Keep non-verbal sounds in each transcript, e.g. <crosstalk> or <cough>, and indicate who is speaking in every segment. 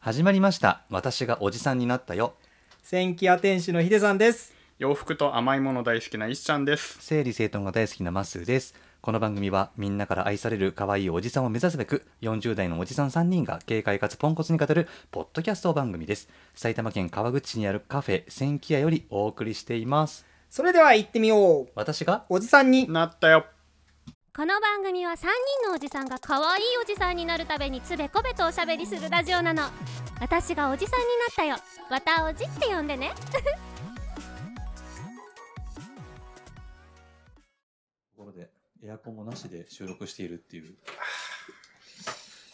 Speaker 1: 始まりました私がおじさんになったよ
Speaker 2: 千キア天使のヒデさんです。
Speaker 3: 洋服と甘いもの大好きなイシちゃんです。
Speaker 1: 整理整頓が大好きなマッスーですこの番組はみんなから愛される可愛いおじさんを目指すべく40代のおじさん3人が軽快かつポンコツに語るポッドキャスト番組です埼玉県川口市にあるカフェ千キ屋よりお送りしています
Speaker 2: それでは行ってみよう。
Speaker 1: 私が
Speaker 2: おじさんに。
Speaker 3: なったよ。
Speaker 4: この番組は3人のおじさんが可愛いおじさんになるためにつべこべとおしゃべりするラジオなの私がおじさんになったよわたおじって呼んでね
Speaker 5: ところでエアコンもなしで収録しているっていう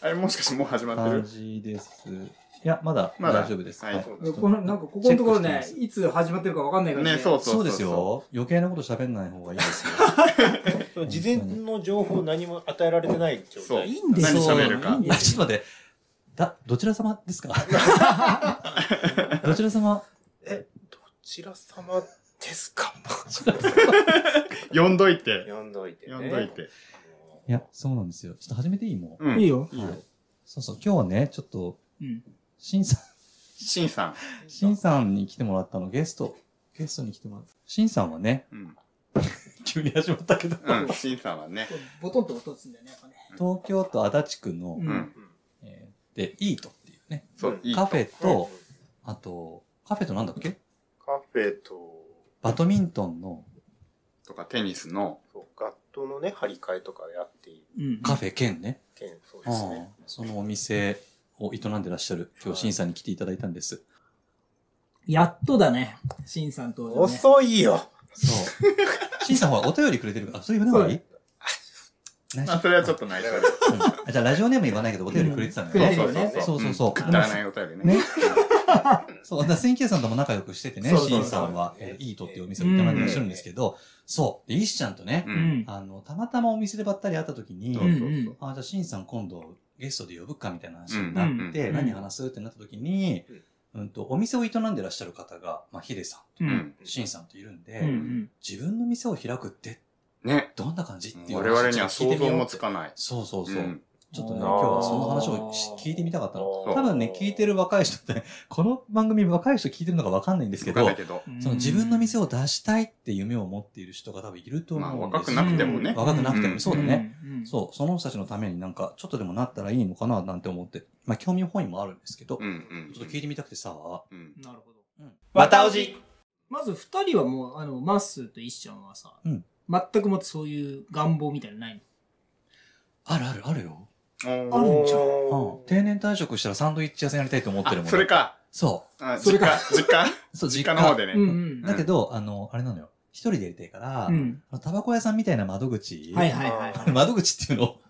Speaker 3: あれもしかしてもう始まって
Speaker 5: 感
Speaker 3: る
Speaker 5: じです。いや、まだ
Speaker 3: ま
Speaker 5: 大
Speaker 3: だ
Speaker 5: 丈夫です。
Speaker 3: はい、
Speaker 5: はい
Speaker 3: そうです
Speaker 2: このなんかここのところね
Speaker 5: チェックして、
Speaker 2: いつ始まってるかわかんないからね。
Speaker 3: ね、そうそう
Speaker 5: そうです。よ。余計なこと喋んない方がいいですよ。
Speaker 6: 事前の情報何も与えられてない状
Speaker 3: そう。
Speaker 6: 態。
Speaker 2: いいんです
Speaker 5: よ
Speaker 3: 何喋るか
Speaker 2: いいん。で
Speaker 5: あちょっと待って。だ、どちら様
Speaker 3: <laughs>
Speaker 5: ですか <laughs> どちら様
Speaker 6: どちら様ですか
Speaker 3: 呼んどいて。
Speaker 6: 呼んどいてね。
Speaker 3: 呼んどいて。
Speaker 5: いや、そうなんですよ。ちょっと始めていいも
Speaker 3: うん。
Speaker 2: いい
Speaker 3: い
Speaker 2: よ。
Speaker 5: うはい。そうそう、今日はね、ちょっと、
Speaker 2: うん
Speaker 5: しんさん、
Speaker 3: シンさん。
Speaker 5: しんさんに来てもらったの、ゲスト、ゲストに来てもらった。しんさんはね、
Speaker 3: うん。
Speaker 5: 急に始まったけど、
Speaker 3: うん、シンさんはね。
Speaker 2: ボトンと落とすんだよね、やっぱね。
Speaker 5: 東京都足立区の、
Speaker 2: う
Speaker 3: うんん。
Speaker 5: えーで、イートっていうね、
Speaker 3: そう、いい。
Speaker 5: カフェ
Speaker 6: うん
Speaker 5: と、あと、カフェとなんだっけ
Speaker 6: カフェと、
Speaker 5: バドミントンの
Speaker 3: とか、テニスの。
Speaker 6: そうガットのね、張り替えとかやっている
Speaker 2: うん。
Speaker 5: カフェ兼ね、
Speaker 6: 件、そうですね。
Speaker 5: ああそのお店を営んでらっしゃる、今日、シンさんに来ていただいたんです。
Speaker 2: やっとだね。シンさんと、ね。
Speaker 6: 遅いよ
Speaker 5: そう。シンさんほら、お便りくれてるから、あそれ言わない方がいい内
Speaker 3: まあ、
Speaker 5: 緒
Speaker 3: それはちょっと内緒で。
Speaker 5: うんあじゃあ、ラジオネーム言わないけど、お便りくれてたの
Speaker 2: くれ
Speaker 5: よ。
Speaker 2: てるよね。
Speaker 5: そうそうそう。
Speaker 3: くだらないお便りね。
Speaker 5: そう、だから千キさんとも仲良くしててね、
Speaker 2: そうそう
Speaker 5: シ
Speaker 2: そう
Speaker 5: ンさんは、えーイートっていうお店を営んでらっしゃるんですけど、そう。で、イシちゃんとね
Speaker 3: う、。
Speaker 2: うんん。
Speaker 5: あの、たまたまお店でばったり会った時に、
Speaker 3: そううんそうそう。
Speaker 5: あ、じゃあ、シンさん今度ゲストで呼ぶかみたいな話になって、
Speaker 2: うん
Speaker 5: 何話すってなった時に、うんと、お店を営んでらっしゃる方が、まあ、ヒデさん
Speaker 2: う。
Speaker 3: うんん。
Speaker 5: と、シンさんといるんで、
Speaker 2: うんうん。
Speaker 5: 自分の店を開くって
Speaker 3: ね。
Speaker 5: どんな感じっていう
Speaker 3: 我々には
Speaker 5: 話を聞
Speaker 3: 想
Speaker 5: いてみ
Speaker 3: 像
Speaker 5: よう
Speaker 3: も
Speaker 5: って
Speaker 3: つかない。
Speaker 5: そうそうそう。
Speaker 3: ん
Speaker 5: ちょっとね、
Speaker 6: あー
Speaker 5: 今日はその話をし聞いてみたかったの。
Speaker 6: そう
Speaker 5: 多分ね、聞いてる若い人って、 <laughs> この番組若い人聞いてるのかわかんないんですけ
Speaker 3: わかん
Speaker 5: ど
Speaker 3: ない、けど。
Speaker 5: その自分の店
Speaker 2: を
Speaker 5: を
Speaker 2: <laughs>
Speaker 5: 出したいって夢を持っている人が多分いると思
Speaker 3: ま
Speaker 5: う
Speaker 3: あ、
Speaker 5: んですよ。
Speaker 3: 若くなくてもね。
Speaker 5: 若くなくても、そうだね。
Speaker 2: うん。うん
Speaker 5: そう、その人たちのためになんか、ちょっとでもなったらいいのかななんて思って、まあ、興味本位もあるんですけど、
Speaker 3: うんうん。
Speaker 5: ちょっと聞いてみたくてさ、
Speaker 3: うん。
Speaker 2: なるほど。
Speaker 5: わたおじ
Speaker 2: まず二人はもう、あの、マッスーとイッシャンはさ、
Speaker 5: うん
Speaker 2: 全くもってそういう願望みたいなのないの
Speaker 5: あるあるあるよ。
Speaker 3: うん。
Speaker 2: あるんじゃん
Speaker 5: うん。定年退職したらサンドイッチ屋さんやりたいと思ってるもん、
Speaker 3: あ、それ。か。
Speaker 5: そ
Speaker 3: あ
Speaker 2: それか
Speaker 3: 実家
Speaker 5: う。そう、
Speaker 3: 実家実家の方でね。
Speaker 2: うんうん。
Speaker 5: だけど、あの、あれなのよ。一人でやりたいから、
Speaker 2: うん。
Speaker 5: あのタバコ屋さんみたいな窓口。
Speaker 2: はいはいはい。
Speaker 5: あの <laughs> 窓口っていうのを、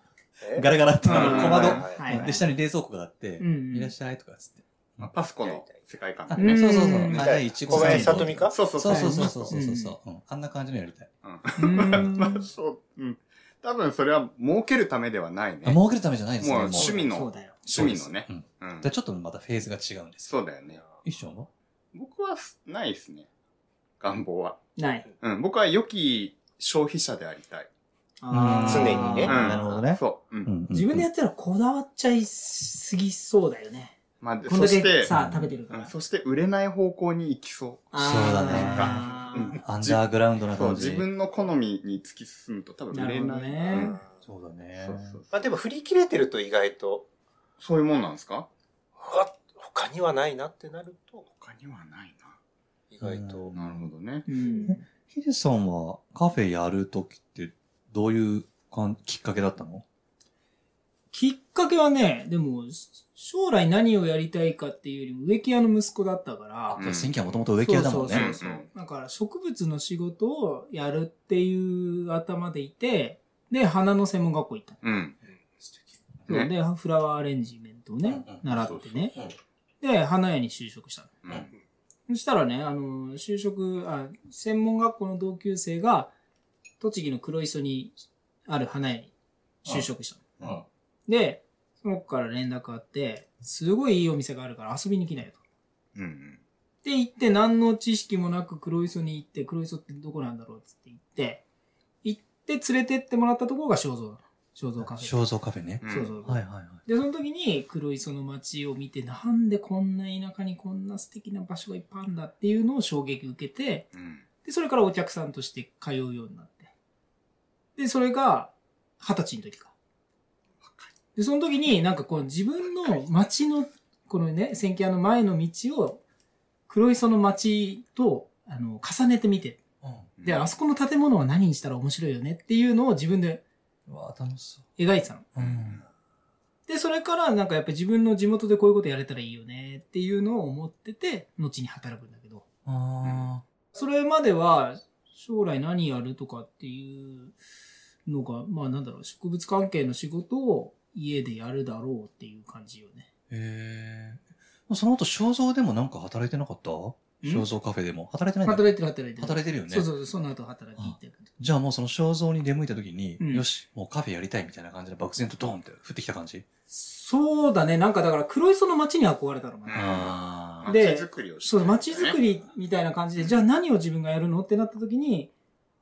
Speaker 6: え
Speaker 5: ガラガラって、あの
Speaker 3: う
Speaker 5: 小
Speaker 3: んはい
Speaker 5: 窓。
Speaker 6: はい
Speaker 2: はいはい
Speaker 5: で、下に冷蔵庫があって、
Speaker 2: うん
Speaker 5: いらっしゃいとかっつって。
Speaker 3: パスコの世界観
Speaker 5: あ、
Speaker 2: うん
Speaker 5: そうそうそう。
Speaker 2: うん
Speaker 5: あ、じゃあ、いちご
Speaker 6: 小
Speaker 5: サンド
Speaker 6: 林さとみか
Speaker 3: そうそう
Speaker 5: そ
Speaker 3: そうう。
Speaker 5: そうそうそう
Speaker 2: う
Speaker 5: そ
Speaker 2: ん
Speaker 5: うそう、うん。あんな感じのやりたい。
Speaker 2: う
Speaker 3: <laughs>
Speaker 2: ーん
Speaker 3: まあ、そう。うん。多分それは儲けるためではないね。
Speaker 5: あ儲けるためじゃないですね。
Speaker 3: もう
Speaker 5: もう
Speaker 3: 趣味の
Speaker 2: そうだよ。
Speaker 3: 趣味のね。
Speaker 5: そうです。
Speaker 3: う
Speaker 5: うんん。で、ちょっとまたフェーズが違うんですよ。
Speaker 3: そうだよね。
Speaker 5: 一緒の
Speaker 3: 僕はないですね。願望は。
Speaker 2: ない。
Speaker 3: うん。僕は良き消費者でありたい。
Speaker 2: あー
Speaker 6: 常にね
Speaker 3: うん。
Speaker 5: なるほどね。
Speaker 3: そう。うん。
Speaker 5: ん
Speaker 2: 自分でやったらこだわっちゃいすぎそうだよね。
Speaker 3: まあ、で
Speaker 2: こんだ
Speaker 3: そし
Speaker 2: け
Speaker 3: て、
Speaker 2: さ、食べてるか
Speaker 3: うん
Speaker 2: ら。
Speaker 3: そして売れない方向に行きそ
Speaker 2: あー
Speaker 5: そうだね
Speaker 2: あー
Speaker 3: うん
Speaker 5: アンダーグラウンドな
Speaker 3: う。そう。
Speaker 5: 感じ。
Speaker 3: 自分の好みに突き進むと多分売れ
Speaker 2: なる
Speaker 3: な
Speaker 2: ほど
Speaker 3: い。
Speaker 2: ね
Speaker 3: うん
Speaker 5: そうだね
Speaker 3: そうそう。
Speaker 6: まあでも振り切れてると意外と、
Speaker 3: そういうもんなんですか
Speaker 6: うわ他にはないなってなると、
Speaker 3: 他にはないな。
Speaker 6: 意外と
Speaker 5: うん。
Speaker 3: なるほどね。
Speaker 2: うん。
Speaker 5: ヒデさんはカフェやるときってどういうかんきっかけだったの
Speaker 2: きっかけはね、でも、将来何をやりたいかっていうよりも植木屋の息子だったから、
Speaker 3: うん
Speaker 5: じゃあ選挙はもともと植木屋だもん
Speaker 2: そう
Speaker 5: ね
Speaker 2: そう。そうそう。だから植物の仕事をやるっていう頭でいて、で、花の専門学校行った
Speaker 3: うん。
Speaker 2: の。
Speaker 3: ね
Speaker 2: で、フラワーアレンジメントをね
Speaker 5: うんうん、
Speaker 2: 習ってね
Speaker 5: そうそう。
Speaker 2: で、花屋に就職したの。
Speaker 3: うん。
Speaker 2: そしたらね、あの、就職、あ、専門学校の同級生が、栃木の黒磯にある花屋に就職したの。
Speaker 5: うん
Speaker 2: で、その子から連絡あって、すごいいいお店があるから遊びに来ないよと。
Speaker 3: うんうん。
Speaker 2: って言って、何の知識もなく黒磯に行って、黒磯ってどこなんだろうっつって行って、行って連れてってもらったところが正蔵なの。肖像カフェ。
Speaker 5: 肖像カフェね。
Speaker 3: うん
Speaker 2: そうそう。
Speaker 5: はいはいはい。
Speaker 2: で、その時に黒磯の街を見て、なんでこんな田舎にこんな素敵な場所がいっぱいあるんだっていうのを衝撃受けて、
Speaker 3: うん
Speaker 2: で、それからお客さんとして通うようになって。で、それが、二十歳の時か。で、その時になんかこう自分の街の、このね、千家屋の前の道を、黒磯の街と、あの、重ねてみて。で、あそこの建物は何にしたら面白いよねっていうのを自分で
Speaker 5: うん。うわ楽しそ
Speaker 2: 描いてたの。
Speaker 5: う。うん。
Speaker 2: で、それからなんかやっぱり自分の地元でこういうことやれたらいいよねっていうのを思ってて、後に働くんだけど。
Speaker 5: あ
Speaker 2: それまでは将来何やるとかっていうのが、まあなんだろう、植物関係の仕事を家でやるだろうっていう感じよね。
Speaker 5: ー。へえ。その後、肖像でもなんか働いてなかった肖像カフェでも。働いてないんだ
Speaker 2: 働いてる働いてる。
Speaker 5: 働いてるよね
Speaker 2: そうそうそう、その後働きに行ってるけど。
Speaker 5: じゃあもうその肖像に出向いた時に、
Speaker 2: うん
Speaker 5: よし、もうカフェやりたいみたいな感じで漠然とドーンって降ってきた感じ。
Speaker 2: そうだね、なんかだから黒磯の街に憧れたのかな。
Speaker 5: あ
Speaker 3: うん
Speaker 5: あ。
Speaker 2: で
Speaker 3: 街づくりをして
Speaker 2: そう、
Speaker 3: るんだよね
Speaker 2: 街づくりみたいな感じで、じゃあ何を自分がやるのってなった時に、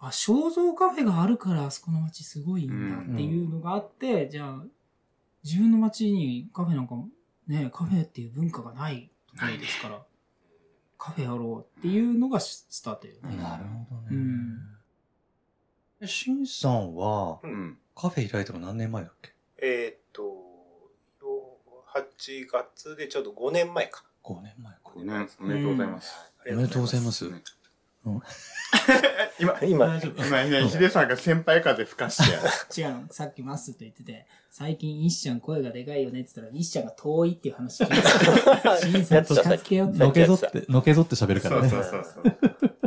Speaker 2: あ、肖像カフェがあるから、あそこの街すごいんだっていうのがあって、じゃあ、自分の街にカフェなんか、ね、カフェっていう文化がないところですから、カフェやろうっていうのがススタートよね。
Speaker 5: なるほどね。
Speaker 2: うん
Speaker 5: えシンさんは、
Speaker 3: うん
Speaker 5: カフェ開いたの何年前だっけ
Speaker 6: えーっと、よ8月でちょうど5年前か。
Speaker 5: ?5 年前か。
Speaker 3: ねおめでとうございます
Speaker 5: おめでとうございます。
Speaker 3: ね
Speaker 5: うん
Speaker 3: 今
Speaker 6: 今、
Speaker 3: 今ねヒデさんが先輩風吹かしてやる
Speaker 2: 違うの、さっきマッスーと言ってて、最近イッシャン声がでかいよねって言ったら、イッシャンが遠いっていう話聞いた。審査
Speaker 6: やっ
Speaker 2: に
Speaker 6: て
Speaker 2: 近
Speaker 6: たさっ
Speaker 2: づ
Speaker 6: き
Speaker 2: けよって。
Speaker 5: のけぞって、のけぞって喋るか
Speaker 3: そ
Speaker 5: ら
Speaker 3: う
Speaker 5: ね。
Speaker 3: そうそうそう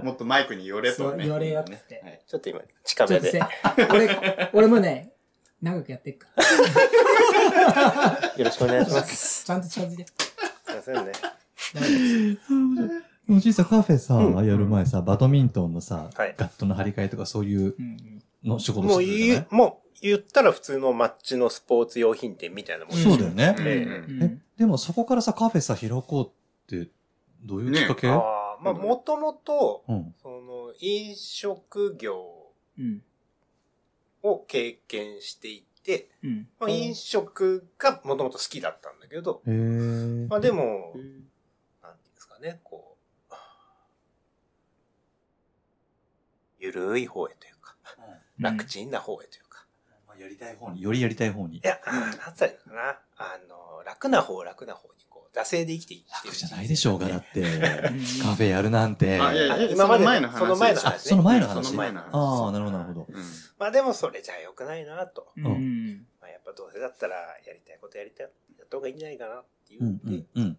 Speaker 3: もっとマイクに寄れと
Speaker 2: そう
Speaker 3: ね
Speaker 2: 寄れよって
Speaker 3: ねはい
Speaker 6: ちょっと今、近
Speaker 2: ちょ
Speaker 6: め
Speaker 2: っとせ
Speaker 6: で。よ、
Speaker 2: 俺、俺もね、長くやってっから。
Speaker 6: ろしくお願いします。
Speaker 2: ちゃんと近づいて。
Speaker 6: すいませんね。
Speaker 5: でも実はカフェさ、
Speaker 6: うん
Speaker 5: やる前さ、バドミントンのさ、
Speaker 6: はい
Speaker 5: ガットの張り替えとかそういう
Speaker 2: うんうん
Speaker 5: の仕事
Speaker 6: も
Speaker 5: し
Speaker 6: う
Speaker 5: てるじゃ
Speaker 6: 言
Speaker 5: な
Speaker 6: う、もう言ったら普通のマッチのスポーツ用品店みたいなもん
Speaker 5: い
Speaker 6: です
Speaker 5: そうだよね。
Speaker 3: うんうん
Speaker 2: う
Speaker 5: え
Speaker 2: ん、
Speaker 5: でもそこからさ、カフェさ、開こうって、どういうきっかけ、
Speaker 6: あーまあ、もともと、
Speaker 5: うん。
Speaker 6: その、飲食業
Speaker 2: うん、
Speaker 6: を経験していて、
Speaker 2: うん。
Speaker 6: まあ、飲食がもともと好きだったんだけど、
Speaker 5: へー
Speaker 6: まあでも、なんていうんですかね、こう、ゆるい方へというか、楽ちんな方へというか、
Speaker 5: まあやりたい方に、よりやりたい方に
Speaker 6: い。や、あーなんつったらいいのかな、あの、楽な方、楽な方に、こう、惰性で生きていってる
Speaker 5: 楽じゃないでしょうが、だって。
Speaker 2: うん
Speaker 5: カフェやるなんて。
Speaker 3: あいやいや
Speaker 6: あ今まで
Speaker 3: その前の話
Speaker 6: その前の
Speaker 5: あ
Speaker 6: 話、ね。
Speaker 5: その前の話。
Speaker 3: その前の話
Speaker 5: ああ、なるほど、なるほど。、
Speaker 3: うん
Speaker 6: まあでもそれじゃ良くないなと。
Speaker 2: うんうん
Speaker 6: まあ、やっぱどうせだったらやりたいことやりたい、やった方がいいんじゃないかなっていううん
Speaker 5: うん、うん。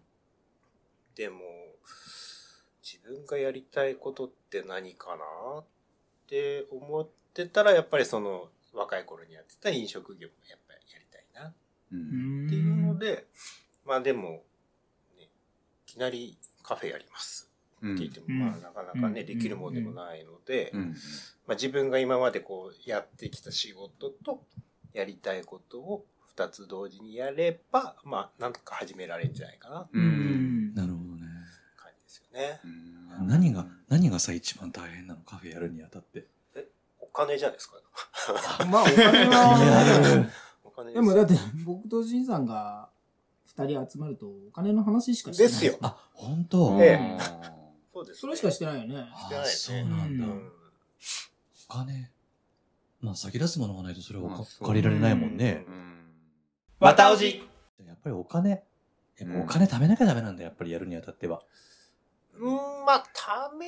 Speaker 6: でも、自分がやりたいことって何かなって思ってたら、やっぱりその若い頃にやってた飲食業もやっぱりやりたいな
Speaker 3: う
Speaker 2: うんん
Speaker 6: っていうので、まあでも、ね、いきなりカフェやります
Speaker 3: う
Speaker 6: っ
Speaker 3: ん
Speaker 6: て言っても、
Speaker 2: うん
Speaker 6: まあなかなかね、
Speaker 2: うん
Speaker 6: できるものでもないので、
Speaker 3: うん
Speaker 6: まあ、自分が今までこうやってきた仕事とやりたいことを2つ同時にやれば、まあ、なんとか始められるんじゃないかなって
Speaker 2: う
Speaker 3: うんん
Speaker 5: なるほどね。
Speaker 6: 感じですよね。
Speaker 3: うん
Speaker 5: 何が、何がさ、一番大変なのカフェやるにあたって。
Speaker 6: お金じゃないですか。
Speaker 2: まあ、お金は。
Speaker 6: お金
Speaker 2: でもだって、僕とジンさんが二人集まるとお金の話しかしてない。
Speaker 6: ですよ。
Speaker 5: あ、本当
Speaker 6: ええそうです、
Speaker 2: それしかしてないよね。
Speaker 5: あ
Speaker 6: てない
Speaker 5: あ、
Speaker 6: ね
Speaker 5: そうなんだ
Speaker 2: う。
Speaker 6: うん
Speaker 5: お金。まあ、先出すものがないとそれは
Speaker 3: まあ
Speaker 5: お
Speaker 3: そう
Speaker 5: 金借りられないもんね。
Speaker 6: またおじ
Speaker 5: やっぱりお金。やっぱお金貯めなきゃダメなんだ、やっぱりやるにあたっては。
Speaker 6: うん、まあ、ため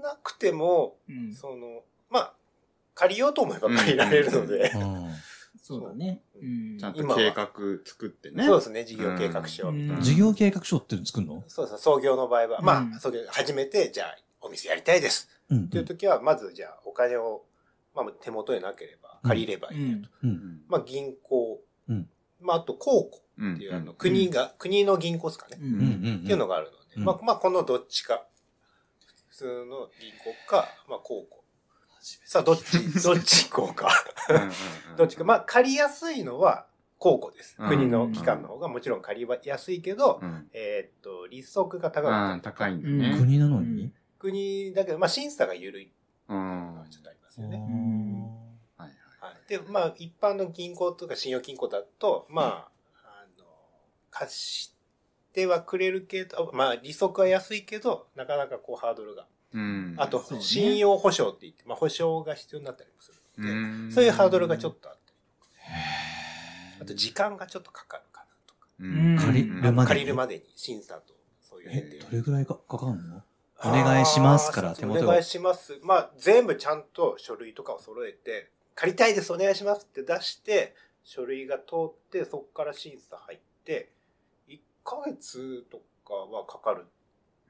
Speaker 6: なくても、
Speaker 2: うん
Speaker 6: その、まあ、借りようと思えば借りられるので
Speaker 5: う、ん。
Speaker 2: そうだね。うん
Speaker 3: ちゃんと計画作ってね
Speaker 6: そうですね、事業計画書みたいな。
Speaker 2: うん
Speaker 5: 事業計画書っていうの作るの
Speaker 6: そうそう、創業の場合は、
Speaker 2: う
Speaker 6: ま
Speaker 2: ん
Speaker 6: あ、創業、始めて、じゃあ、お店やりたいです。
Speaker 5: うん
Speaker 6: っていう時は、まずじゃあお金を、まあ、手元になければ
Speaker 5: うん
Speaker 6: 借りればいいよと。
Speaker 5: う。
Speaker 3: うんん
Speaker 6: まあ、銀行、
Speaker 5: うん
Speaker 6: まあ、あと公庫
Speaker 3: う
Speaker 6: っていう、あの、
Speaker 3: ん
Speaker 6: 国が、国の銀行ですかね。
Speaker 2: う
Speaker 5: うん。うん
Speaker 2: ん。
Speaker 5: うん。
Speaker 6: っていうのがあるので、
Speaker 5: うん
Speaker 6: まあ、まあ、このどっちか。普通の銀行か、まあ、公庫。
Speaker 5: 初めて
Speaker 6: さあ、どっち、
Speaker 5: <laughs>
Speaker 6: どっち行こうか。
Speaker 3: うん
Speaker 6: どっちか。まあ、借りやすいのは公庫です。
Speaker 3: うん
Speaker 6: 国の機関の方がもちろん借りやすいけど、
Speaker 3: うん
Speaker 6: えーっと、利息が高か
Speaker 3: あー
Speaker 6: ったり。
Speaker 3: 高いんだね
Speaker 5: 国なのに
Speaker 6: 国だけど、まあ、審査が緩いって
Speaker 3: うん
Speaker 6: いうのはちょっとありますよね。
Speaker 5: うん
Speaker 6: はい、で、まあ、一般の銀行とか信用金庫だと、まあ、あの、貸してはくれるけど、まあ、利息は安いけど、なかなかこうハードルが。
Speaker 3: うん
Speaker 6: あと
Speaker 2: そう、ね
Speaker 6: 信用保証って言って、まあ、保証が必要になったりもするので、
Speaker 3: ん
Speaker 6: そういうハードルがちょっとあったりとか。あと、時間がちょっとかかるかなとか。
Speaker 3: う
Speaker 2: うん
Speaker 3: ん
Speaker 2: 借り
Speaker 7: る
Speaker 3: うん
Speaker 7: までに
Speaker 6: 借りるまでに審査と、そういう
Speaker 7: え
Speaker 6: 辺で。
Speaker 7: どれぐらいかかかるのお願いしますから
Speaker 6: あー
Speaker 7: 手元
Speaker 6: お
Speaker 7: が
Speaker 6: 願いします。まあ、全部ちゃんと書類とかを揃えて、借りたいです、お願いしますって出して、書類が通って、そこから審査入って、1ヶ月とかはかかる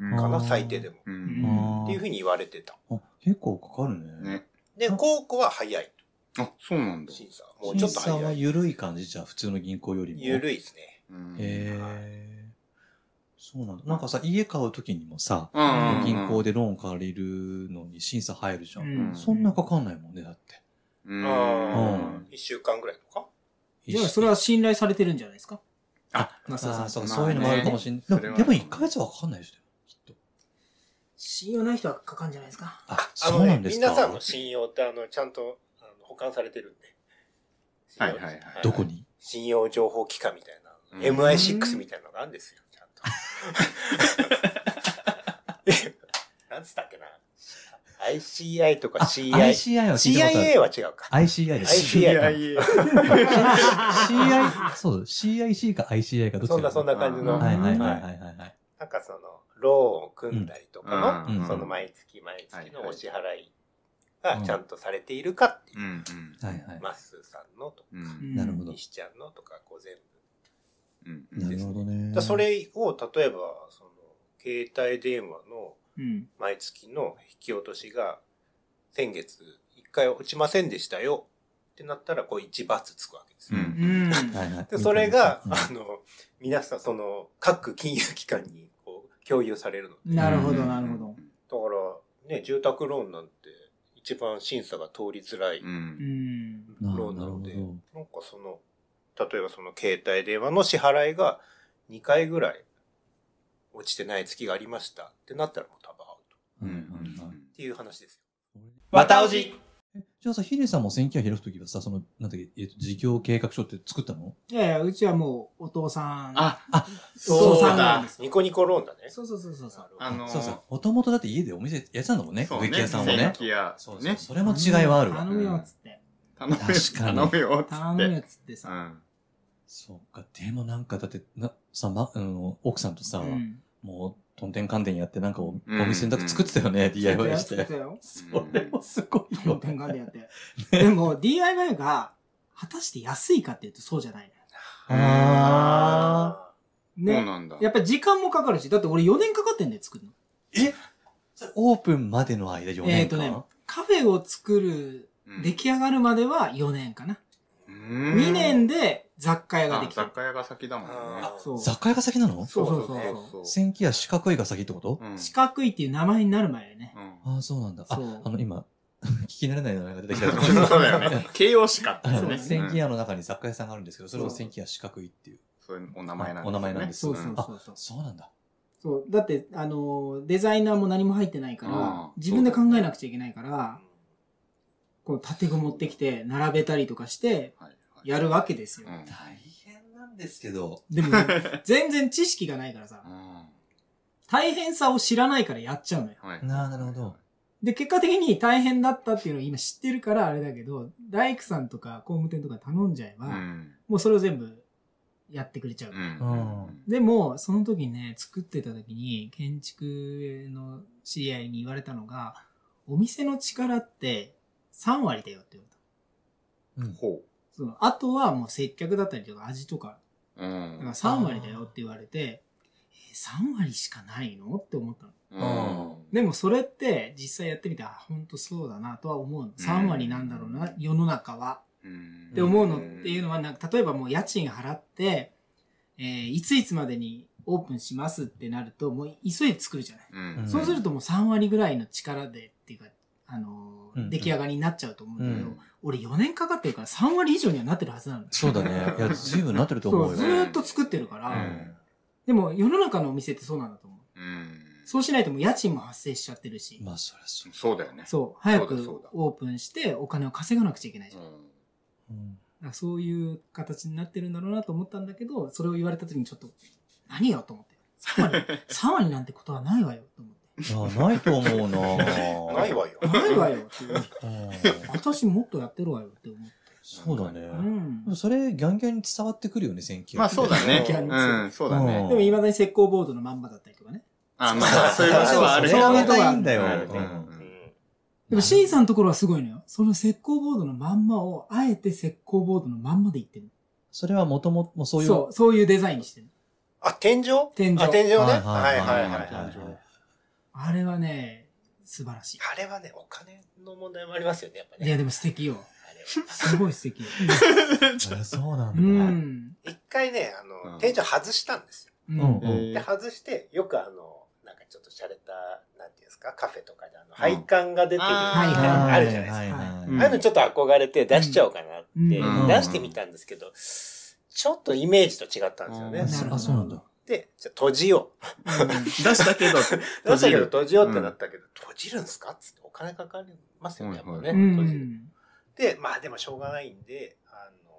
Speaker 3: うん
Speaker 6: か
Speaker 7: あ
Speaker 6: な、
Speaker 7: ー
Speaker 6: 最低でも。
Speaker 3: う
Speaker 7: あー
Speaker 3: ん
Speaker 6: っていうふうに言われてた。
Speaker 7: あ結構かかるね。
Speaker 3: ね。
Speaker 6: で、高校は早い。
Speaker 3: あ、そうなんだ。
Speaker 6: 審査。もうちょっと
Speaker 7: 審査は
Speaker 6: 早い。
Speaker 7: 緩い感じじゃん、普通の銀行よりも。
Speaker 6: ゆ
Speaker 7: い。
Speaker 6: るいですね。
Speaker 3: うん
Speaker 7: へえ。そうなんだ。なんかさ、家買うときにもさ、
Speaker 3: うんうん。
Speaker 7: 銀行でローン借りるのに審査入るじゃん。
Speaker 3: うん
Speaker 7: そんなかかんないもんね、だって。
Speaker 3: うん。
Speaker 6: うん。一週間ぐらいとか
Speaker 2: じゃあ、それは信頼されてるんじゃないですか
Speaker 3: あ、
Speaker 2: なさ
Speaker 7: あ
Speaker 2: さ
Speaker 7: あ、
Speaker 2: ん
Speaker 7: そう、
Speaker 3: ま
Speaker 7: そう
Speaker 3: あね
Speaker 7: いうのもあるかもしん
Speaker 3: そ
Speaker 7: な
Speaker 3: れ
Speaker 7: い。
Speaker 3: は
Speaker 7: でも1ヶ月はかかんないでしょ、きっと。
Speaker 2: 信用ない人はかかんじゃないですか
Speaker 7: あ、
Speaker 6: あ
Speaker 7: そ
Speaker 6: の
Speaker 7: う
Speaker 6: ね
Speaker 7: なん、ですか。
Speaker 6: 皆さんの信用って、あの、ちゃんと、あの保管されてるんで。
Speaker 3: はいはいはい
Speaker 7: どこに
Speaker 6: 信用情報機関みたいな、
Speaker 3: うん
Speaker 6: MI6 みたいなのがあるんですよ、ちゃ
Speaker 7: <laughs>
Speaker 6: んと。なんつったっけな ?ICI とか
Speaker 7: あ
Speaker 6: CI。
Speaker 7: ICI は聞いたことある
Speaker 6: CIA は違うか。
Speaker 7: ICI です
Speaker 6: ICI
Speaker 7: だ
Speaker 3: CIA
Speaker 7: CI、そうだ、CIC か ICI かどっちか。
Speaker 6: そんなそんな感じの。
Speaker 3: うん
Speaker 7: はいはいはい
Speaker 6: は
Speaker 7: はいいはいはい。
Speaker 6: なんかその、ローンを組んだりとか
Speaker 3: うん
Speaker 7: う
Speaker 6: の、
Speaker 7: ん
Speaker 6: その毎月毎月のお支払い
Speaker 7: い
Speaker 6: が
Speaker 7: はい
Speaker 6: ちゃんとされているかっていうう。
Speaker 3: ん
Speaker 7: はいはい。
Speaker 6: マッスーさんのとか、
Speaker 3: うん。
Speaker 2: うん
Speaker 7: なるほど。
Speaker 6: 西ちゃんのとか、こう全部。
Speaker 3: うん。
Speaker 7: なるほどね。
Speaker 6: だそれを、例えば、その、携帯電話の、
Speaker 2: うん
Speaker 6: 毎月の引き落としが先月一回落ちませんでしたよってなったらこう1バツつくわけですよ。
Speaker 3: うん
Speaker 2: うん
Speaker 7: はいはい、
Speaker 6: でそれが、
Speaker 7: うん
Speaker 6: あの、皆さんその各金融機関にこう共有されるの。
Speaker 2: なるほどなるほど
Speaker 6: だからね、住宅ローンなんて一番審査が通りづらい
Speaker 3: うん
Speaker 2: う。ん
Speaker 7: な
Speaker 6: ローンなので、
Speaker 7: なるほ
Speaker 6: なんかその、例えばその携帯電話の支払いが2回ぐらい落ちてない月がありましたってなったらもう多分アウト
Speaker 7: うんうん
Speaker 3: うん
Speaker 6: っていう話ですよ。
Speaker 2: わたおじ
Speaker 7: うんじゃあさ、ヒデさんも選挙開くときはさ、その、なんだっけ、えっと、事業計画書って作ったの
Speaker 2: いやいやうちはもうお父さん
Speaker 3: あ、
Speaker 2: そう
Speaker 3: そう
Speaker 2: だ
Speaker 3: だ。
Speaker 6: ニコニコローンだね。
Speaker 2: そうそうそうそうそう
Speaker 3: あのー
Speaker 7: そうそう。もともとだって家でお店やってたんだもんね。
Speaker 3: そう
Speaker 7: 植木屋さんをね。
Speaker 3: 植木屋。
Speaker 7: そうそう
Speaker 3: ね。
Speaker 7: それも違いはあるわ
Speaker 2: 頼。むよっつって
Speaker 3: 頼むよ。
Speaker 7: 確かに
Speaker 3: 頼むよ。つ
Speaker 2: 頼
Speaker 3: っ
Speaker 2: むよ
Speaker 3: て。
Speaker 2: っつって
Speaker 3: う
Speaker 2: さ
Speaker 3: ん。
Speaker 7: そうか。でもなんか、だって、な、さ、ま、あの、奥さんとさ、
Speaker 2: うん
Speaker 7: もう、とんてんかんてんやってなんかお,、
Speaker 3: うん
Speaker 7: お店の中作ってたよね、DIY し。
Speaker 2: 作ってたよ
Speaker 7: それもすごい
Speaker 2: 作っ
Speaker 7: よ
Speaker 2: てたよ転
Speaker 7: ね。
Speaker 2: 換でやってでも DIY が果たして安いかっていうとそうじゃない
Speaker 7: あ
Speaker 2: の
Speaker 3: そう
Speaker 2: よね
Speaker 3: なんだ。
Speaker 2: やっぱり時間もかかるしだって俺4年かかってんだよ作るの
Speaker 7: ーオープンまでの間4
Speaker 2: え
Speaker 7: 年
Speaker 2: っと
Speaker 7: 間、
Speaker 2: ねカフェを作る
Speaker 3: うん
Speaker 2: 出来上がるまでは4年かな。
Speaker 3: うん
Speaker 2: 2年で雑貨屋が
Speaker 3: あ
Speaker 2: できた
Speaker 3: 雑。貨屋が先だもんね。
Speaker 6: あ
Speaker 2: そう。そ
Speaker 7: 雑貨屋が先なの
Speaker 2: うそうそうそう。
Speaker 3: う
Speaker 7: 千機屋四角いが先ってこと、
Speaker 3: うん。
Speaker 2: 四角いっていう名前になる前よね。
Speaker 3: うん
Speaker 7: ああ、そうなんだ。あ
Speaker 2: そう、
Speaker 7: あの今、 <laughs> 聞き慣れない名前が出てきたけど
Speaker 3: <laughs> そうだよね。形容詞かって
Speaker 7: あ
Speaker 3: い
Speaker 7: の
Speaker 3: う
Speaker 7: ね
Speaker 3: ね。
Speaker 7: 千機
Speaker 3: うん
Speaker 7: 屋の中に雑貨屋さんがあるんですけど、それを千機屋四角いっていう。
Speaker 3: そういうお名前なんです。
Speaker 7: お名前なんですすよ
Speaker 2: そう
Speaker 7: ね。
Speaker 2: そうそうそう。
Speaker 7: そうなんだ。
Speaker 2: そうだって、あのー、デザイナーも何も入ってないか
Speaker 3: うん
Speaker 2: ら、自分で考えなくちゃいけないから、こう、縦具持ってきて、並べたりとかして、
Speaker 3: はいはい
Speaker 2: やるわけですよ
Speaker 3: う。ん
Speaker 7: 大変なんですけど。
Speaker 2: でも、全然知識がないからさ
Speaker 3: う、ん
Speaker 2: 大変さを知らないからやっちゃうのよ。
Speaker 3: はい
Speaker 7: なあ、なるほど。
Speaker 2: で、結果的に大変だったっていうのを今知ってるからあれだけど、大工さんとか工務店とか頼んじゃえば、
Speaker 3: うん。
Speaker 2: もうそれを全部やってくれちゃう。
Speaker 3: うん
Speaker 7: うん
Speaker 2: でも、その時ね、作ってた時に、建築の知り合いに言われたのが、お店の力って3割だよって言われた。
Speaker 7: うん。
Speaker 3: ほ
Speaker 2: その、あとはもう接客だったりとか味とか、
Speaker 3: う。う
Speaker 2: だから
Speaker 3: ん。
Speaker 2: 3割だよって言われて、え3割しかないのって思ったの。
Speaker 3: うん
Speaker 2: でもそれって実際やってみて、あ、ほんとそうだなとは思うの。3割なんだろうな、世の中は。
Speaker 3: うん
Speaker 2: って思うのっていうのはなんか例えばもう家賃払って、えーいついつまでにオープンしますってなるともう急いで作るじゃない、
Speaker 3: うん。
Speaker 2: そうするともう3割ぐらいの力でっていうか、あの
Speaker 7: う
Speaker 2: ー
Speaker 7: ん
Speaker 2: 出来上がりになっちゃうと思うんだけど、
Speaker 7: う
Speaker 2: 俺4年かかってるから3割以上にはなってるはずなの
Speaker 7: そうだね。いや、随分なってると
Speaker 2: そ
Speaker 7: 思う
Speaker 2: う
Speaker 7: よ。
Speaker 2: ずーっと作ってるから、
Speaker 3: うん
Speaker 2: でも世の中のお店ってそうなんだと思う
Speaker 3: うん。
Speaker 2: そうしないともう家賃も発生しちゃってるし、
Speaker 7: まあ、そりゃそう。
Speaker 3: そうだよね。
Speaker 2: そう早
Speaker 3: そうだそう
Speaker 2: く
Speaker 3: だ
Speaker 2: オープンしてお金を稼がなくちゃいけないじゃん
Speaker 3: う
Speaker 7: うん
Speaker 2: あそういう形になってるんだろうなと思ったんだけど、それを言われた時にちょっと、何よと思って。3割、3割なんてことはないわよと思っ
Speaker 7: あないと思う
Speaker 3: <laughs>
Speaker 7: な
Speaker 6: ないわよ。
Speaker 2: て。ないわよっていう。
Speaker 7: うん
Speaker 2: 私もっとやってるわよって思って。
Speaker 7: そうだね。
Speaker 2: うん
Speaker 7: でも。それ、ギャンギャンに伝わってくるよね、1900
Speaker 3: まあそうだね。
Speaker 2: ギャンギャン
Speaker 3: うん、そうだね。
Speaker 2: でも未だに石膏ボードのまんまだったりとかね。
Speaker 3: あ、まあ、そういうことはある
Speaker 7: そ
Speaker 3: け
Speaker 7: れ
Speaker 3: ど
Speaker 7: は
Speaker 2: ね
Speaker 7: めたいんだよ。
Speaker 3: あ
Speaker 7: う
Speaker 3: るね
Speaker 7: ん
Speaker 6: うん
Speaker 2: でも C さんのところはすごいのよ。その石膏ボードのまんまを、あえて石膏ボードのまんまでいってる。
Speaker 7: それはもともと、もうそういう。
Speaker 2: そう、そういうデザインにしてる。
Speaker 6: あ、天井
Speaker 2: 天井
Speaker 6: あ、天井ね。
Speaker 7: は
Speaker 6: はいい
Speaker 7: は
Speaker 6: はいい
Speaker 7: は
Speaker 6: はいい
Speaker 7: はい
Speaker 6: はい。
Speaker 2: あれはね、素晴らしい。
Speaker 6: あれはね、お金の問題もありますよね、やっぱ
Speaker 2: いや、
Speaker 6: ね。
Speaker 2: でも素敵よ。
Speaker 6: あれは
Speaker 2: すごい素敵よ。
Speaker 7: あれそうな
Speaker 2: うん
Speaker 7: だ。
Speaker 2: ん。
Speaker 6: 一回ね、あ
Speaker 3: う
Speaker 6: の、
Speaker 3: ん
Speaker 6: 天井外したんですよ。
Speaker 2: う
Speaker 7: うん
Speaker 2: ん。
Speaker 3: えー
Speaker 6: で、外して、よくあの、なんかちょっと洒落た、なんていうんですか、カフェとかで、あの、配管が出てるみたいな
Speaker 2: う
Speaker 6: の
Speaker 2: ん
Speaker 6: あるじゃないですか。
Speaker 7: はいはいはい
Speaker 3: うん
Speaker 6: ああいうのちょっと憧れて出しちゃおうかなって、
Speaker 2: うん
Speaker 7: うん
Speaker 6: 出してみたんですけど、ちょっとイメージと違ったんですよね。
Speaker 3: うん
Speaker 2: なるほど
Speaker 7: あ、そうなんだ。
Speaker 6: で、じゃあ閉じよ
Speaker 2: うん
Speaker 3: 出したけど、
Speaker 6: う。出したけど
Speaker 3: る
Speaker 6: 閉じようってなったけど、閉じるんすかっつってお金かかりますよね、やっぱね。
Speaker 2: う
Speaker 6: 閉じる
Speaker 2: ん。
Speaker 6: で、まあでもしょうがないんで、あの、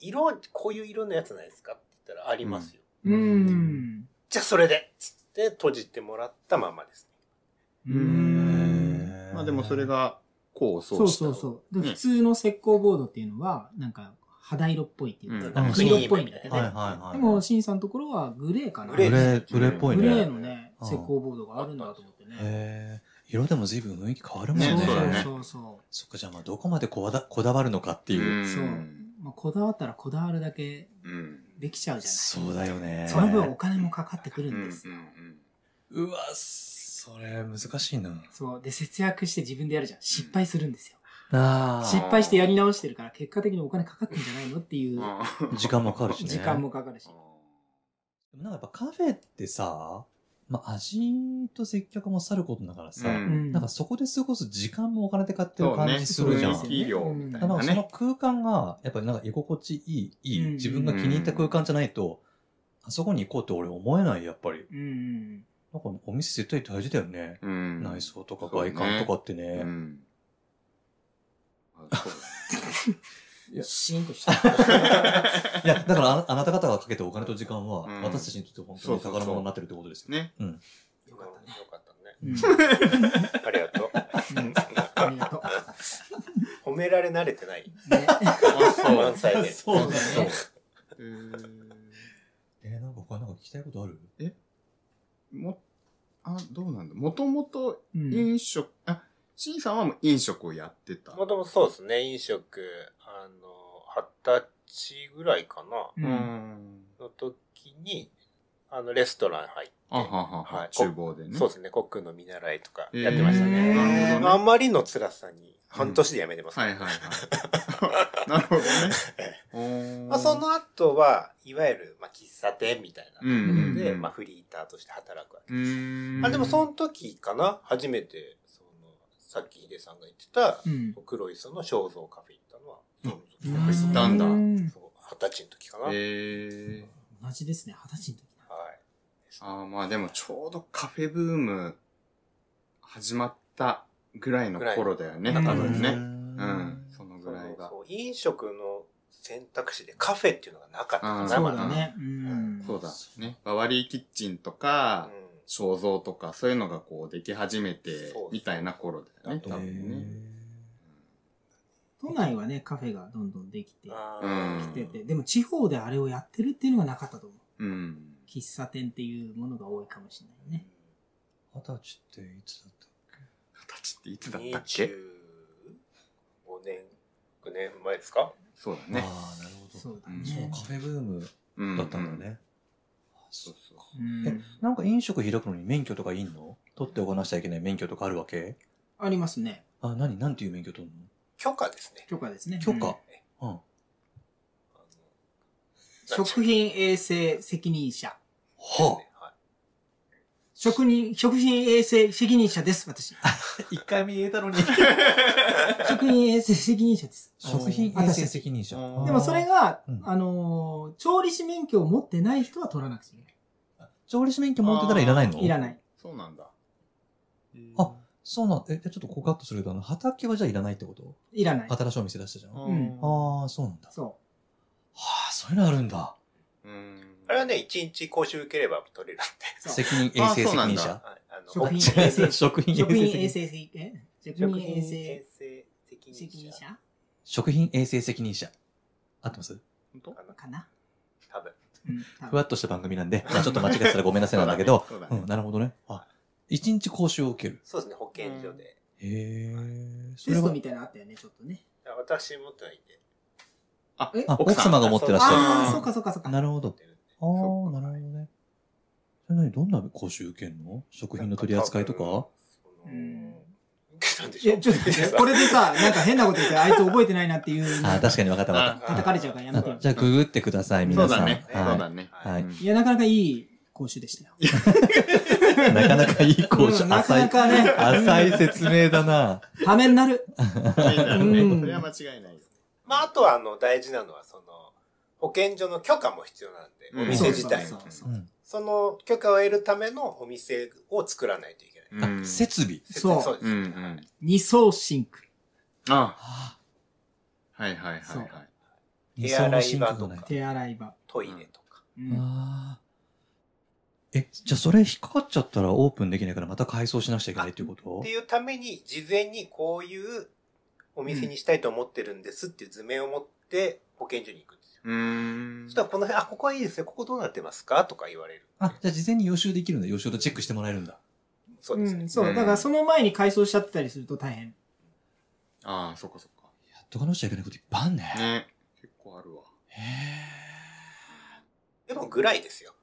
Speaker 6: 色、こういう色のやつないですかって言ったら、ありますよ。
Speaker 2: うん。
Speaker 6: じゃあそれでつって閉じてもらったままですね。
Speaker 2: う
Speaker 7: うん
Speaker 2: ん。
Speaker 3: まあでもそれが、こう、そ
Speaker 2: そうう
Speaker 3: した。
Speaker 2: そうそう。で
Speaker 3: ね
Speaker 2: 普通の石膏ボードっていうのは、なんか、肌色っぽいっていう
Speaker 3: うん
Speaker 2: か、
Speaker 7: うん
Speaker 2: 黄色っぽいんだよ
Speaker 7: はいは
Speaker 2: ね。
Speaker 7: いはい。
Speaker 2: でも、シンさんのところはグレーかな。
Speaker 6: グ
Speaker 7: グレ
Speaker 6: レ
Speaker 7: ー、グレーっぽいね。
Speaker 2: グレーのね、
Speaker 7: うん
Speaker 2: 石膏ボードがあるんだと思ってね。
Speaker 7: へー色でも随分雰囲気変わるもんね。
Speaker 2: そう
Speaker 3: ね
Speaker 2: そ
Speaker 3: だ
Speaker 2: う
Speaker 3: ね
Speaker 2: そうそ
Speaker 7: そっか、じゃあまあどこまでこだこだわるのかって
Speaker 3: う
Speaker 7: いう。
Speaker 2: う。そう。
Speaker 3: ん。
Speaker 2: まあ、こだわったらこだわるだけ
Speaker 3: うん。
Speaker 2: できちゃうじゃない。
Speaker 7: そうだよね。
Speaker 2: その分お金もかかってくるんです。
Speaker 7: うわ、それ難しいな。
Speaker 2: そう。で、節約して自分でやるじゃん。失敗するんですよ。
Speaker 7: あ
Speaker 2: 失敗してやり直してるから、結果的にお金かかってんじゃないのっていう
Speaker 7: 時間もかかるしね。
Speaker 2: 時間もかかるし。
Speaker 7: でもなんかやっぱカフェってさ、まあ味と接客もさることながらさ、
Speaker 3: うん
Speaker 7: なんかそこで過ごす時間もお金で買ってる感じするじゃん。
Speaker 2: そうね
Speaker 3: 医療みたい
Speaker 7: だからなん
Speaker 3: な
Speaker 7: かその空
Speaker 3: ね。
Speaker 7: 間が、やっぱりなんか居心地いい、いい、
Speaker 2: うん
Speaker 7: 自分が気に入った空間じゃないと、あそこに行こうって俺思えない、やっぱり。
Speaker 2: うんうん
Speaker 7: なんかお店絶対大事だよね。
Speaker 3: うん
Speaker 7: 内装とか
Speaker 3: そう
Speaker 7: 外
Speaker 3: ね
Speaker 7: 観とかって
Speaker 3: う
Speaker 7: ね。
Speaker 3: ん。あそう
Speaker 2: うん。シーンと <laughs> した。
Speaker 7: いや、だからああなた方がかけたお金と時間は
Speaker 3: う、ん
Speaker 7: 私たちにとって本当に宝物になってるってことですよ。
Speaker 3: ね。
Speaker 2: よかったね。
Speaker 6: よかったね。
Speaker 2: うん
Speaker 6: ありがとう。
Speaker 2: うんありがと
Speaker 6: <laughs> 褒められ慣れてない。
Speaker 2: う。ね
Speaker 3: あ、
Speaker 6: 満載で。
Speaker 7: そう
Speaker 2: ね
Speaker 7: そう。
Speaker 3: う。
Speaker 7: えー、なんか他なんか聞きたいことある
Speaker 3: も、あ、どうなんだ。もともと
Speaker 2: うん
Speaker 3: 飲食、あ、シンさんはもう飲食をやってた。
Speaker 6: もともとそうですね、飲食、あの、二十歳ぐらいかな、
Speaker 2: う
Speaker 3: うんん。
Speaker 6: の時に、あの、レストラン入って、
Speaker 3: あはは
Speaker 6: は。
Speaker 3: はい厨房でね。
Speaker 6: そ
Speaker 3: う
Speaker 6: うですね、コックの見習いとか
Speaker 3: えー
Speaker 6: やってましたね。
Speaker 3: なるほどね
Speaker 6: あんまりの辛さに、半年で辞めてます、
Speaker 3: はいはい
Speaker 6: <laughs>
Speaker 3: はい。なるほどね。おー
Speaker 6: まあ、そ、の後は、いわゆる、まあ、喫茶店みたいなとこ
Speaker 3: うん
Speaker 6: ろ
Speaker 3: うん
Speaker 6: で、
Speaker 3: うん
Speaker 6: まあ、フリーターとして働くわけ
Speaker 3: う
Speaker 6: です。
Speaker 3: ーん。
Speaker 6: まあ、でも、その時かな、初めて、その、さっきヒデさんが言ってた
Speaker 2: う、ん。
Speaker 6: 黒磯の肖像カフェ行ったのは、
Speaker 2: うん
Speaker 3: やっぱり知ったんだ
Speaker 2: う
Speaker 6: そう二十歳の時かな。はい。
Speaker 3: ええ
Speaker 2: 同じですね、二十歳の時な。
Speaker 3: あーまあでもちょうどカフェブーム始まったぐらいの頃だよね。
Speaker 2: ぐらい
Speaker 3: 多
Speaker 2: の
Speaker 3: 分
Speaker 2: う
Speaker 3: ね。うん。そのぐらいが。
Speaker 6: そうそう飲食の選択肢でカフェっていうのがなかったかな、
Speaker 3: うん
Speaker 2: そう
Speaker 6: まだ
Speaker 2: だね。うん。
Speaker 3: そうだ。ね。バワリーキッチンとか、
Speaker 6: うん
Speaker 3: 肖像とか、そういうのがこうでき始めて
Speaker 6: そう、
Speaker 3: みたいな頃だよね。多
Speaker 7: へ
Speaker 3: 分ね。
Speaker 2: 都内はね、カフェがどんどんできて
Speaker 6: あ
Speaker 3: うん
Speaker 6: ー
Speaker 2: きてて、でも地方であれをやってるっていうのがなかったと思う。
Speaker 3: うん。
Speaker 2: 喫茶店っていうものが多いかもしれないね。
Speaker 7: 二十歳っていつだったっ
Speaker 3: 二十歳っていつだったっけ
Speaker 6: 25年、9年前ですか
Speaker 3: そう
Speaker 7: け
Speaker 3: だね。
Speaker 7: ああ、なるほど。
Speaker 2: そうだ
Speaker 3: うん
Speaker 7: そう
Speaker 2: ね
Speaker 7: カ。フェブーム
Speaker 3: うん
Speaker 7: だったんだね。あ
Speaker 3: そうそう。
Speaker 2: うん
Speaker 7: えなんか飲食開くのに免許とかいんの取っておかなしちゃいけない免許とかあるわけ
Speaker 2: ありますね。
Speaker 7: あ、何なんていう免許取る
Speaker 6: 許可ですね。
Speaker 2: 許可ですね。
Speaker 7: の許可。うん。
Speaker 6: あの
Speaker 2: うん食品衛生責任者。
Speaker 7: は
Speaker 6: は
Speaker 2: 食人、食品衛生責任者です、私。
Speaker 7: あ、 <laughs> 一回見えたのに。
Speaker 2: <laughs> 食品衛生責任者です。
Speaker 7: 食品衛生責任者。
Speaker 3: うん
Speaker 2: でもそれが
Speaker 7: うん、
Speaker 2: あのー、調理師免許を持ってない人は取らなくちゃいけ
Speaker 7: 調理師免許持ってたらいらないの
Speaker 2: ない。いらない。
Speaker 3: そうなんだ。えー
Speaker 7: あそうなん、え、えちょっと告白すると、あの、畑はじゃあいらないってこと
Speaker 2: いらない。
Speaker 7: 新しいお店出したじゃん。あ
Speaker 2: ん
Speaker 7: あー、そうなんだ。
Speaker 2: そ
Speaker 7: はあ、そういうのあるんだ。
Speaker 3: うん。
Speaker 6: あれはね、一日講習受ければ取れるん
Speaker 2: う。そう
Speaker 7: 責任、衛生責任者。
Speaker 6: で。あの
Speaker 2: 食
Speaker 7: <laughs>
Speaker 2: 品
Speaker 7: 違
Speaker 2: 衛
Speaker 7: う
Speaker 2: 生
Speaker 7: 食
Speaker 2: <laughs>
Speaker 7: 品
Speaker 2: 職員衛
Speaker 7: 責任
Speaker 2: 生責任、え職
Speaker 6: 食
Speaker 2: 員
Speaker 6: 品
Speaker 2: 衛
Speaker 6: 衛
Speaker 2: 生
Speaker 6: 生
Speaker 7: 食品衛生責
Speaker 2: 責任者
Speaker 6: 責任者
Speaker 7: 任者。合ってます
Speaker 2: かな
Speaker 6: 多分。
Speaker 2: うん。多分
Speaker 7: ふわっとした番組なんで、まあちょっと間違ってたらごめんなさいなんだけ <laughs> ど、
Speaker 3: そうだ
Speaker 7: う
Speaker 3: ね。
Speaker 7: ん、なるほどね。あ、一日講習を受ける。
Speaker 6: そうですね、保健所で。
Speaker 7: へえ。そ
Speaker 2: テ
Speaker 7: れ
Speaker 2: スト
Speaker 7: は
Speaker 2: み、たいなのあったよね、ちょっとね。
Speaker 6: あ私持ってないんで。
Speaker 2: え
Speaker 7: あ、奥様が持ってらっしゃ
Speaker 2: あ
Speaker 3: う
Speaker 2: あ、
Speaker 3: ん
Speaker 2: そうかそうかそう
Speaker 7: る。
Speaker 2: か。
Speaker 7: なるほ
Speaker 6: 持っ
Speaker 7: ど
Speaker 6: て。るんで
Speaker 7: ああ、なるほどね。それなにどんな講習受けるの食品の取り扱いとか
Speaker 2: う
Speaker 6: う
Speaker 2: ん
Speaker 6: ん。受けたんで
Speaker 2: い
Speaker 6: しょ
Speaker 2: や、ちょっと待 <laughs>
Speaker 6: <laughs>
Speaker 2: って、これでさ、なんか変なこと言って、あいつ覚えてないなっていう。
Speaker 7: ああ、確かに分かった分かっ
Speaker 3: あ
Speaker 2: 叩かれちゃうからやめて
Speaker 7: た。。じゃあ、ググってください、
Speaker 3: そ
Speaker 7: 皆
Speaker 3: う
Speaker 7: さん。
Speaker 3: だね。
Speaker 6: はい
Speaker 3: そうだね。
Speaker 7: はい
Speaker 3: うん
Speaker 2: いや、なかなかいい講習でしたよ。
Speaker 7: はい。なかなかいい講
Speaker 2: う
Speaker 7: 習。
Speaker 2: んなか
Speaker 7: 浅、
Speaker 2: ないかね、
Speaker 7: 浅
Speaker 2: <laughs>
Speaker 7: い説明だな。。
Speaker 2: ためになる。
Speaker 3: いいだろうね
Speaker 2: うん
Speaker 3: それは間違いないよ。
Speaker 6: まあ、あとは、あの、大事なのは、その、保健所の許可も必要なんで、
Speaker 3: うん
Speaker 6: お店自体
Speaker 2: そう
Speaker 6: の
Speaker 2: そうそううん
Speaker 6: その許可を得るためのお店を作らないといけない。
Speaker 3: う
Speaker 7: あ、
Speaker 3: ん
Speaker 7: 設備。
Speaker 2: そう
Speaker 6: そうです。
Speaker 3: うんう
Speaker 6: はい
Speaker 3: ん。
Speaker 2: 二層シンク。
Speaker 3: あ、
Speaker 7: あ
Speaker 3: はいはいはい
Speaker 2: そ
Speaker 3: は
Speaker 2: う
Speaker 3: い。
Speaker 7: ー
Speaker 6: 手洗
Speaker 7: 二層
Speaker 6: い場
Speaker 7: のシンクがない
Speaker 6: とか
Speaker 2: 手洗い場。
Speaker 6: トイレとか。
Speaker 2: うん
Speaker 7: あーえ、じゃあそれ引っかかっちゃったらオープンできないからまた改装しなくちゃいけないっていうこと
Speaker 6: っていうために、事前にこういうお店にしたいと思ってるんですっていう図面を持って保健所に行くんですよ。
Speaker 3: うーん
Speaker 6: そし。たらこの辺、あ、ここはいいですよ。ここどうなってますかとか言われる。
Speaker 7: あ、じゃあ事前に予習できるんだ。予習とチェックしてもらえるんだ。
Speaker 6: そう
Speaker 2: う
Speaker 6: ですね。
Speaker 2: ん、そう。だからその前に改装しちゃってたりすると大変。
Speaker 3: ああ、そっかそっか。
Speaker 7: やっとかなくちゃいけないこといっぱいあんね。
Speaker 3: ね。結構あるわ。
Speaker 6: でもぐらいですよ。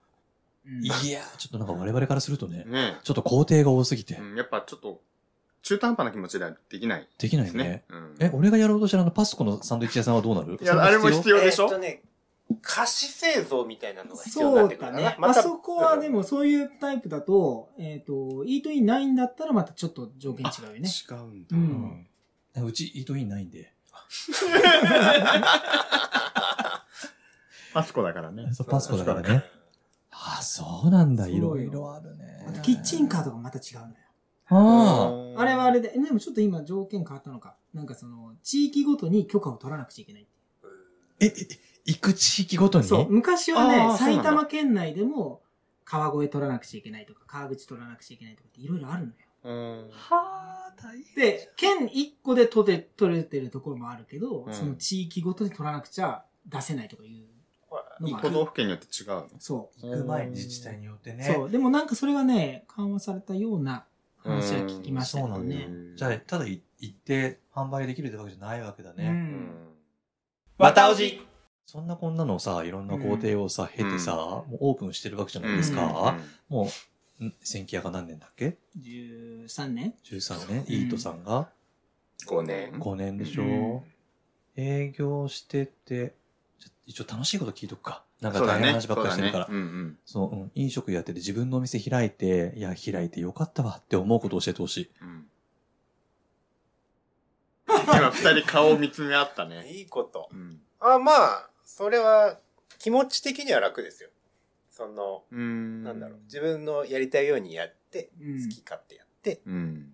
Speaker 2: うん
Speaker 7: いやー、ちょっとなんか我々からするとね、
Speaker 3: ね
Speaker 7: ちょっと工程が多すぎて、
Speaker 3: うんやっぱちょっと、中途半端な気持ちではできない
Speaker 7: できな
Speaker 3: で
Speaker 7: いよね。
Speaker 3: すね。うん
Speaker 7: え、俺がやろうとしてるあのパスコのサンドイッチ屋さんはどうなる
Speaker 3: いや、あれも必要でし
Speaker 6: えーっと
Speaker 3: ょ
Speaker 6: ね、菓子製造みたいなのが必要にな
Speaker 2: そ
Speaker 6: って
Speaker 2: う
Speaker 6: くる
Speaker 2: だ
Speaker 6: かな
Speaker 2: ね。あそこはで、もそういうタイプだと、えっと、イートインないんだったらまたちょっと条件違うよね。
Speaker 3: 違うん
Speaker 2: う。
Speaker 3: だ。
Speaker 7: うんん。うちイートインないんで。
Speaker 3: パスコだからね
Speaker 7: そうパスコだから
Speaker 3: そう
Speaker 7: ね。ああ、そうなんだ。
Speaker 2: そうよ
Speaker 7: いろいろあるね
Speaker 2: あと。キッチンカーとかまた違うのよ。
Speaker 7: あ
Speaker 2: あれはあれで、えでもちょっと今条件変わったのか。なんかその、地域ごとに許可を取らなくちゃいけない。
Speaker 7: あ。え、え行く地域ごとに
Speaker 2: そう。昔は
Speaker 3: あ
Speaker 2: ね
Speaker 3: ー、そうなん
Speaker 2: 埼
Speaker 3: だ
Speaker 2: 玉県内でも、川越取らなくちゃいけないとか、川口取らなくちゃいけないとかっていろいろあるのよ。
Speaker 3: うん。
Speaker 7: はあ、大変。
Speaker 2: で、県1個で取れ、取れてるところもあるけど、
Speaker 3: うん
Speaker 2: その地域ごとに取らなくちゃ出せないとかいうのもあ
Speaker 3: 都
Speaker 2: る。
Speaker 3: 道府県によって違うの
Speaker 2: そ
Speaker 7: 行く前に自治体によって
Speaker 2: う、
Speaker 7: ね。
Speaker 2: そう。でもなんかそれがね、緩和されたような話は聞きましたけど
Speaker 7: うんそうな
Speaker 2: ね
Speaker 7: ん。じゃあ、ただい行って販売できるってわけじゃないわけだね。
Speaker 2: うん
Speaker 3: うん
Speaker 6: またおじ
Speaker 7: そんなこんなのさ、いろんな工程をさ、経てさ、
Speaker 3: うん
Speaker 7: もうオープンしてるわけじゃないですか。もう、ん、千家屋が何年だっけ
Speaker 2: 13年
Speaker 7: ?13 年、
Speaker 2: うん
Speaker 7: イートさんが
Speaker 6: 5年。
Speaker 7: 5年でしょ。
Speaker 2: うん
Speaker 7: 営業してて、じゃ一応楽しいこと聞いとくか。なんか
Speaker 3: そう
Speaker 7: 大
Speaker 3: だ
Speaker 7: 変な
Speaker 3: ね。
Speaker 7: 話ばっかりしてるから。
Speaker 3: そうだねうん
Speaker 7: その、うん、飲食やってて自分のお店開いて、いや、開いてよかったわって思うことを教えてほしい。
Speaker 3: うん。うん今、二人顔を見つめ合ったね。
Speaker 6: いいこと。
Speaker 3: うん。
Speaker 6: あ、まあ、それは気持ち的には楽ですよ。その、
Speaker 3: うん
Speaker 6: なんだろう。自分のやりたいようにやって、
Speaker 2: うん
Speaker 6: 好き勝手やって、
Speaker 3: うん。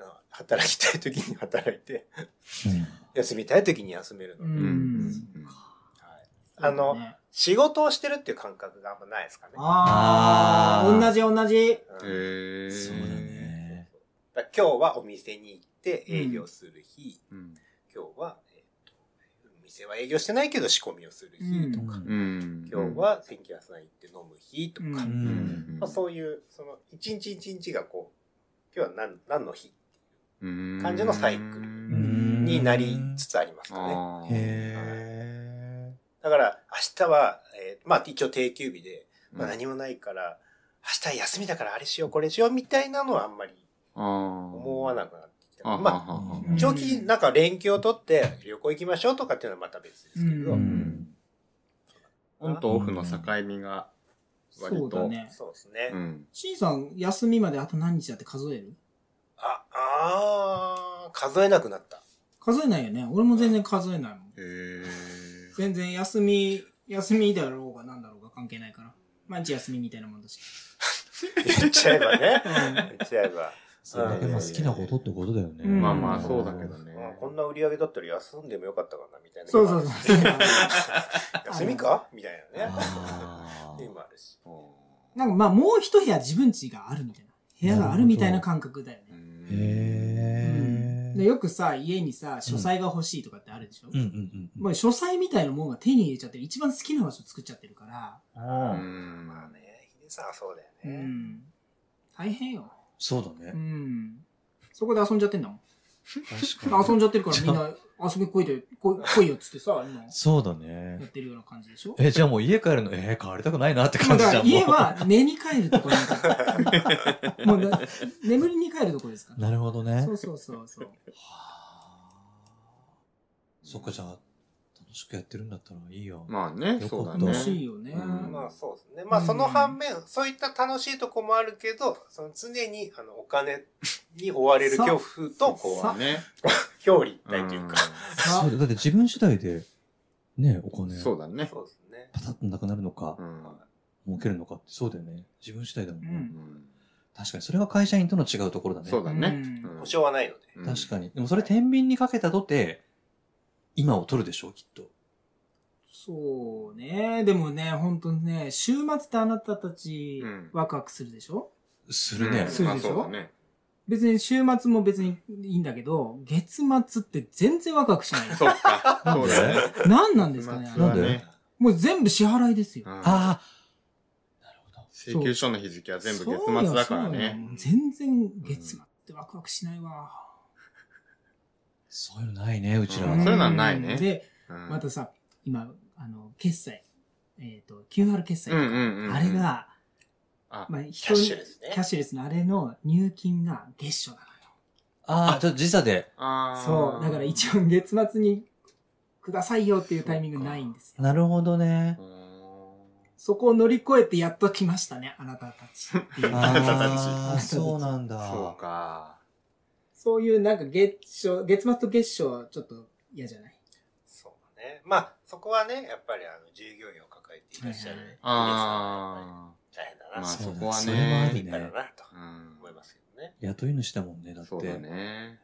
Speaker 6: あ働きたい時に働いて、
Speaker 7: うん
Speaker 6: 休みたい時に休めるので、
Speaker 2: う
Speaker 3: うんん。
Speaker 6: あの、
Speaker 2: ね
Speaker 6: 仕事をしてるっていう感覚があんまないですかね。
Speaker 2: あ
Speaker 7: あ
Speaker 2: あ、
Speaker 7: ー
Speaker 2: 同じ同じ。
Speaker 6: うん
Speaker 3: へえ。
Speaker 7: そうだ。ね。
Speaker 6: だから今日はお店に行って営業する日、
Speaker 3: うん。
Speaker 6: 今日は、えっと店は営業してないけど仕込みをする日、
Speaker 2: うん
Speaker 3: うん。
Speaker 6: 今日は千切屋さん行って飲む日とか、
Speaker 2: うん
Speaker 7: うん。
Speaker 3: うん、
Speaker 6: まあ、そういう、その、一日一日がこう、今日は何何の日
Speaker 3: うん
Speaker 6: 感じのサイクル
Speaker 7: うん
Speaker 6: になりつつありますかね。
Speaker 3: あー
Speaker 7: へ
Speaker 6: だから、明日は、えーまあ、一応定休日で、まあ、
Speaker 3: うん
Speaker 6: 何もないから、明日休みだからあれしよう、これしよう、みたいなのはあんまり思
Speaker 3: 思
Speaker 6: わなくなってきて、
Speaker 3: あ
Speaker 6: まあ、
Speaker 3: あ
Speaker 7: うん
Speaker 6: 長期、なんか連休を取って旅行行きましょうとかっていうのはまた別ですけど、
Speaker 2: う
Speaker 7: ー。
Speaker 2: ん
Speaker 3: オンとオフの境目が割
Speaker 2: そう
Speaker 3: と
Speaker 2: だね。
Speaker 6: そうですね。
Speaker 3: うん
Speaker 2: ちいさん、休みまであと何日だって数える
Speaker 6: あ、あー、数えなくなった。
Speaker 2: 数えないよね。俺も全然数えないもん。
Speaker 3: へえ
Speaker 2: 全然休み、休みだろうが何だろうが関係ないから。毎日休みみたいなもんだし。
Speaker 6: 言っちゃえばね。
Speaker 2: うん
Speaker 6: 言っちゃえば。
Speaker 7: それだけまあ好きなことってことだよね。
Speaker 2: うん
Speaker 3: まあまあ、そうだけどね。
Speaker 6: こんな売り上げだったら休んでもよかったかな、みたいな。
Speaker 2: そうそうそう。
Speaker 6: 休みかみたいなね。
Speaker 7: あ
Speaker 6: <laughs>
Speaker 7: ー
Speaker 6: 今あるし。
Speaker 2: <laughs> なんかまあもう一部屋自分家があるみたいな。部屋があるみたいな感覚だよね。
Speaker 7: へ
Speaker 2: うん
Speaker 7: え。
Speaker 2: でよくさ、家にさ、書斎が欲しいとかってあるでしょ、
Speaker 7: うんうんうん。
Speaker 2: まあ書斎みたいなもんが手に入れちゃってる。一番好きな場所作っちゃってるから。
Speaker 3: うん
Speaker 6: まあね、ヒデさんはそうだよ
Speaker 2: う
Speaker 6: ね。
Speaker 2: ん。大変よ。
Speaker 7: そうだ
Speaker 2: う
Speaker 7: ね。
Speaker 2: ん。そこで遊んじゃってんだもん。
Speaker 7: 確かに。
Speaker 2: 遊んじゃってるからみんな遊び来いで、来い来いよっつってさ、今
Speaker 7: そうだ
Speaker 2: やっ
Speaker 7: ね。
Speaker 2: てるような感じでしょ
Speaker 7: え、じゃあもう家帰るの、えー、帰りたくないなって
Speaker 2: もう
Speaker 7: 感じ
Speaker 2: だ
Speaker 7: じ
Speaker 2: か
Speaker 7: ゃ
Speaker 2: ら
Speaker 7: ん。もう
Speaker 2: 家は寝に帰るところな
Speaker 7: <laughs>
Speaker 2: んだもうな眠りに帰るところですから。
Speaker 7: なるほどね
Speaker 2: そ。うそうそうそう。
Speaker 7: そっか、じゃあ、楽しくやってるんだったらいいよ。
Speaker 3: まあね、
Speaker 7: よかった
Speaker 3: そうだね。
Speaker 2: 楽しいよね。
Speaker 3: うん
Speaker 6: まあそうですね。まあその反面、そういった楽しいとこもあるけど、その常にあのお金に追われる恐怖と、こう、
Speaker 2: さ
Speaker 3: ね。
Speaker 6: 表裏一体というか。
Speaker 7: そうだ、だって自分次第で、ね、お
Speaker 3: うん
Speaker 7: 金、
Speaker 3: そうだね。
Speaker 6: そうですね。
Speaker 7: パタッとなくなるのか
Speaker 3: う、ん。
Speaker 7: 儲けるのかって、そうだよね。自分次第だもんね。
Speaker 2: うん
Speaker 7: 確かに、それが会社員との違うところだね。
Speaker 3: そうだね。
Speaker 2: うん
Speaker 6: 保証はないので。
Speaker 7: 確
Speaker 3: に。
Speaker 7: かに。でもそれ、天秤にかけたとて、今を取るでしょう、きっと。
Speaker 2: そうね。でもね、本当にね、週末ってあなたたち
Speaker 3: うん
Speaker 2: ワクワクするでしょ、
Speaker 7: するね
Speaker 3: うん。
Speaker 2: する
Speaker 3: まあ
Speaker 2: でしょ
Speaker 3: そうだね。
Speaker 2: 別に週末も別にいいんだけど、月末って全然ワクワクしない。
Speaker 3: <laughs> そうか。そうだね。
Speaker 2: 何なんですかね
Speaker 3: 月
Speaker 2: あ
Speaker 3: 末
Speaker 7: な
Speaker 2: れ
Speaker 3: は
Speaker 7: んで、
Speaker 3: ね
Speaker 2: もう全部支払いですよ。
Speaker 3: うん
Speaker 7: あ
Speaker 3: 請求書の日付は全部月末だから
Speaker 2: そうよそう
Speaker 3: ね。
Speaker 2: よ全然月末ってワクワクしないわ。
Speaker 7: あ、そういうのないね、うちら
Speaker 3: ん
Speaker 7: は。
Speaker 3: そういうのはないね
Speaker 2: で、
Speaker 3: うん
Speaker 2: またさ、今、あの、決済、えっ、と、QR 決済
Speaker 3: う
Speaker 2: と
Speaker 3: ん
Speaker 2: か、
Speaker 3: うんうん。
Speaker 2: あれ、が、
Speaker 3: あ
Speaker 2: まあ、キ
Speaker 6: キャッシュレスね
Speaker 2: キャッシュレスのあれの入金が月初なのよ。
Speaker 7: ああ、ちょっと時差で。
Speaker 3: あー
Speaker 2: そう。だから一応月末にくださいよっていうタイミングないんですよ。
Speaker 7: なるほどね。
Speaker 3: う
Speaker 2: そこを乗り越えてやっと来ましたね、あなたたちっていう。
Speaker 7: ああ、そうなんだ。
Speaker 3: ーん <laughs> そうか。
Speaker 2: そういうなんか月初、月末と月初はちょっと嫌じゃない
Speaker 6: そうだね。まあ、そこはね、やっぱりあの従業員を抱えていらっしゃる
Speaker 2: はいはい
Speaker 3: あまあ
Speaker 6: 皆さんはやっぱり大変だな、
Speaker 7: そうだ
Speaker 3: そこはね
Speaker 7: それはある
Speaker 6: だろ
Speaker 7: ね
Speaker 6: う。なと
Speaker 3: あ。うん
Speaker 6: 思いますけどね。
Speaker 7: 雇い主だもんね、だって。
Speaker 3: そうだね。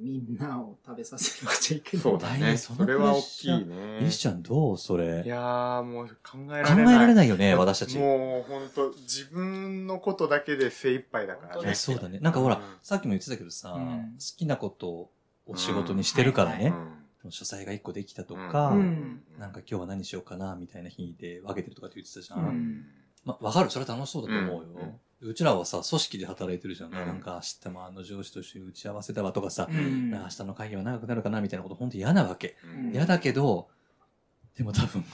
Speaker 2: みんなを食べさせなくちゃいけない。
Speaker 3: そうだ
Speaker 7: 大変
Speaker 3: ね。
Speaker 7: そ
Speaker 3: そ
Speaker 7: のプ
Speaker 3: れ
Speaker 7: レ
Speaker 3: は
Speaker 7: ッ
Speaker 3: 大
Speaker 7: シ
Speaker 3: き
Speaker 7: ャー
Speaker 3: いね。
Speaker 7: リスちゃんどうそれ。
Speaker 3: い
Speaker 7: 考
Speaker 3: やーもう考
Speaker 7: え
Speaker 3: えられない。
Speaker 7: られないよね、私たち。
Speaker 3: もう本当自分のことだけで精一杯だから
Speaker 6: 本
Speaker 7: い
Speaker 6: 当
Speaker 7: や
Speaker 3: ね。
Speaker 6: です
Speaker 7: そうだね。なんかほら、
Speaker 3: うん
Speaker 7: さっきも言ってたけどさ、
Speaker 2: うん
Speaker 7: 好きなことを仕事にしてるからね、
Speaker 2: う
Speaker 7: 書斎が一個できたとか、
Speaker 2: うん
Speaker 7: なんか、今日は何しようかな、みたいな日で分けてるとかって言ってたじゃ。
Speaker 2: うんん
Speaker 7: まあ、わかる。それ楽しそうだと思うよ。
Speaker 3: うん
Speaker 7: うちらはさ、組織で働いてるじゃん。
Speaker 3: うん
Speaker 7: なんか明日もあの上司と一緒に打ち合わせだわとかさ、
Speaker 2: うん
Speaker 7: 明日の会議は長くなるかな、みたいなこと本当嫌なわけ。
Speaker 2: うん
Speaker 7: 嫌だけど、でも多分、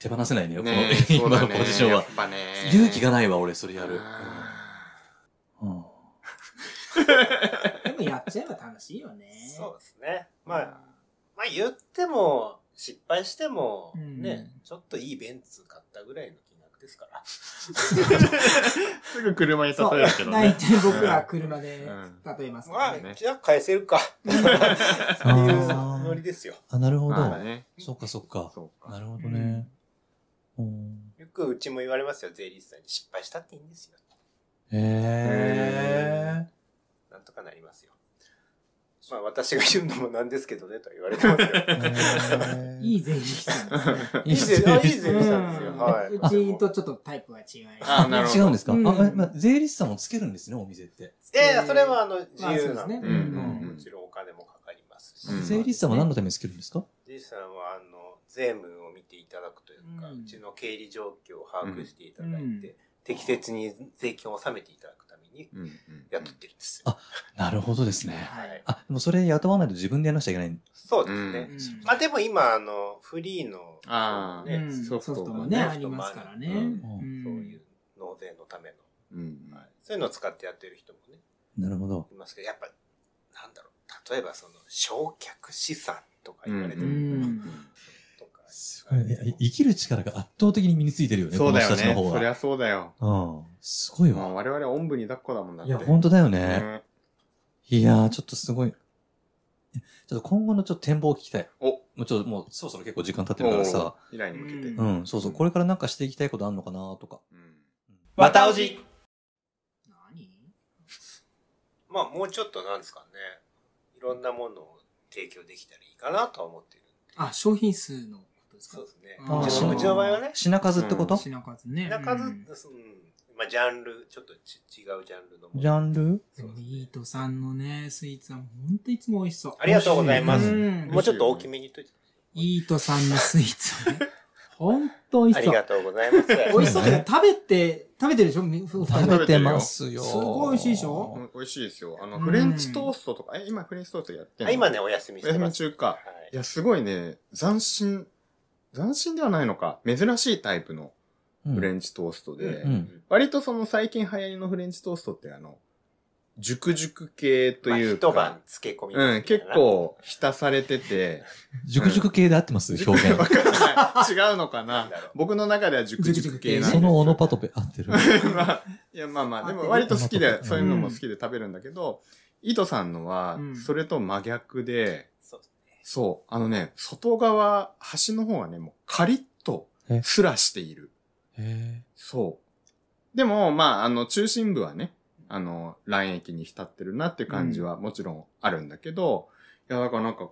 Speaker 7: 手放せないね、この
Speaker 3: ねえそう
Speaker 7: 今
Speaker 3: だ
Speaker 7: の
Speaker 3: ね
Speaker 7: ポジション
Speaker 3: や
Speaker 7: は
Speaker 3: っ。ぱね。
Speaker 7: 勇気がないわ、俺、それやる。うん
Speaker 2: でもやっちゃえば楽しいよね。
Speaker 6: そうですね。まあ、まあ言っても、失敗しても、
Speaker 2: うん
Speaker 6: ね、ちょっといいベンツ買ったぐらいの金額ですから。
Speaker 3: すぐ車に例
Speaker 2: そう
Speaker 3: えるけど
Speaker 2: 大
Speaker 3: ね。
Speaker 2: 体僕は車で例えますか
Speaker 6: ま
Speaker 2: ら
Speaker 6: あ
Speaker 2: ね。
Speaker 3: ね、
Speaker 6: じゃあ返せるか。っていうノリですよ。
Speaker 7: あ、なるほ
Speaker 3: まあ
Speaker 7: ど。
Speaker 3: ね。
Speaker 7: そっかそっか。
Speaker 3: そう
Speaker 7: な
Speaker 3: か。
Speaker 7: るほどね。うん
Speaker 6: よくうちも言われますよ、税理士さんに。失敗したっていいんですよ。
Speaker 7: へえ。
Speaker 6: なんとかなりますよ。まあ私が言うのもなんですけどね、とは言われて
Speaker 2: <laughs>
Speaker 6: ますよ。
Speaker 2: いい税理士さんですね。
Speaker 6: いい税理士さんです
Speaker 2: う
Speaker 6: よ。
Speaker 2: ん
Speaker 6: はいう
Speaker 2: ちとちょっとタイプが違います。
Speaker 3: あ、なるほ
Speaker 7: 違
Speaker 3: ど。
Speaker 7: うんですか、
Speaker 2: うん
Speaker 7: あ、えまあ、税理士さんもつけるんですね、お店って。
Speaker 6: いやいや、それはあの、自
Speaker 2: まあそう
Speaker 6: 由
Speaker 2: で
Speaker 6: な
Speaker 2: す
Speaker 6: んで、
Speaker 2: ね。
Speaker 3: う
Speaker 2: うんん
Speaker 6: もちろんお金もかかりますし。
Speaker 3: うん
Speaker 7: 税理士さんは何のためにつけるんですか
Speaker 6: じいさんはあの税務を見ていただくというか、
Speaker 2: う
Speaker 6: うんちの経理状況を把握していただいて、
Speaker 2: うん
Speaker 6: 適切に税金を納めていただくために
Speaker 3: うんうん
Speaker 6: 雇ってるんです。
Speaker 7: あなるほどですね。
Speaker 6: はい、
Speaker 7: あ、でもそれ雇わないと自分でやらなくちゃいけない。
Speaker 6: そうですね。
Speaker 2: うん
Speaker 6: まあでも今あのフリーの
Speaker 3: あー
Speaker 6: ね
Speaker 2: うん
Speaker 6: そ
Speaker 2: ソ
Speaker 6: う
Speaker 3: う
Speaker 2: フトもね、
Speaker 6: ソ
Speaker 2: あ
Speaker 6: フ
Speaker 2: り
Speaker 6: トも
Speaker 2: ま
Speaker 6: あ
Speaker 2: す
Speaker 6: る
Speaker 2: からね。
Speaker 7: うん
Speaker 2: ん
Speaker 6: そういう納税のための、
Speaker 3: うん
Speaker 6: はいそういうのを使ってやってる人もね
Speaker 7: なるほど。
Speaker 6: いますけど、やっぱなんだろう例えばその焼却資産とか言われて
Speaker 2: う
Speaker 6: る、
Speaker 2: ん。
Speaker 6: とか、
Speaker 7: すごいね。い生きる力が圧倒的に身についてるよね、
Speaker 3: そうだよ
Speaker 7: この人た
Speaker 3: ね。
Speaker 7: ちの方
Speaker 3: そり
Speaker 7: は。
Speaker 3: ゃそうだよ。
Speaker 7: うん。すごい
Speaker 3: まあ
Speaker 7: わ。
Speaker 3: 我々はおんぶに抱っこだもんだっ
Speaker 7: い
Speaker 3: て。
Speaker 7: や、本当だよね。
Speaker 3: ね。
Speaker 7: いやー、ちょっとすごい。ちょっと今後のちょっと展望を聞きたい。
Speaker 3: お、
Speaker 7: もうちょっともうそろそろ結構時間経ってるからさ
Speaker 3: お。未来に向けて。
Speaker 2: う
Speaker 7: うん、そうそう。これからなんかしていきたいことある <laughs> のかなとか。
Speaker 3: うん
Speaker 7: またおじ
Speaker 2: 何
Speaker 6: まあもうちょっとなんですかね、いろんなものを提供できたらいいかなとは思ってるんで。
Speaker 2: あ、商品数のことですか
Speaker 6: そうですね。
Speaker 2: あー
Speaker 6: うちのうちの場合はね、
Speaker 5: 品数ってこと、
Speaker 2: 品数ね。
Speaker 6: 品数、
Speaker 2: う
Speaker 6: うんまあジャンル、ちょっとち違うジャンルのもの
Speaker 5: ジャンル
Speaker 6: そうですね
Speaker 2: ミートさんのね、スイーツは本当いつも美味しそう。
Speaker 6: ありがとうございます。
Speaker 2: うん
Speaker 6: もうちょっと大きめに言っといて。
Speaker 2: イートさんのスイーツ
Speaker 6: <laughs>
Speaker 2: はね、本当美
Speaker 6: あ
Speaker 2: 味しそ
Speaker 6: りが
Speaker 2: う。
Speaker 6: とうご
Speaker 7: <laughs>
Speaker 6: ざいます。
Speaker 2: 美味しそうってか食べて、食べてるでしょみお二人
Speaker 7: 食べてますよ。
Speaker 2: すごい美味しいでしょ
Speaker 3: うん美味しいですよ。あの、
Speaker 2: うん
Speaker 3: フレンチトーストとか、え、今フレンチトーストやってん
Speaker 6: あ
Speaker 3: の
Speaker 6: 今ね、お休みして
Speaker 3: お休
Speaker 6: ま
Speaker 3: み
Speaker 6: す。
Speaker 3: 中か
Speaker 6: はい
Speaker 3: や、すごいね、斬新、斬新ではないのか、珍しいタイプの
Speaker 7: うん
Speaker 3: フレンチトーストで、
Speaker 6: うんん
Speaker 3: 割とその最近流行りのフレンチトーストってあの、熟熟系というか、
Speaker 6: まあ一晩漬け込みます
Speaker 3: うん、結。構浸されてて、
Speaker 7: 熟熟系で合ってます表現
Speaker 3: わ。からない。違うのか
Speaker 6: なん
Speaker 3: な
Speaker 6: だろう
Speaker 3: 僕の中では熟熟系なんです
Speaker 7: そ
Speaker 3: よ
Speaker 7: のオノパトペ合 <laughs> ってる。
Speaker 3: <laughs> まあ、いや、まあまあ、でも割と好きで、そういうのも好きで食べるんだけど、イトさんのは
Speaker 2: うん、
Speaker 3: それと真逆で、
Speaker 6: そうですね
Speaker 3: そう、あのね、外側、端の方がね、もうカリッと
Speaker 7: え
Speaker 3: すらしている。
Speaker 7: へ
Speaker 3: そう。でも、まあ、あの、中心部はね、あの、卵液に浸ってるなっていう感じはもちろんあるんだけど、いや、だからなんか、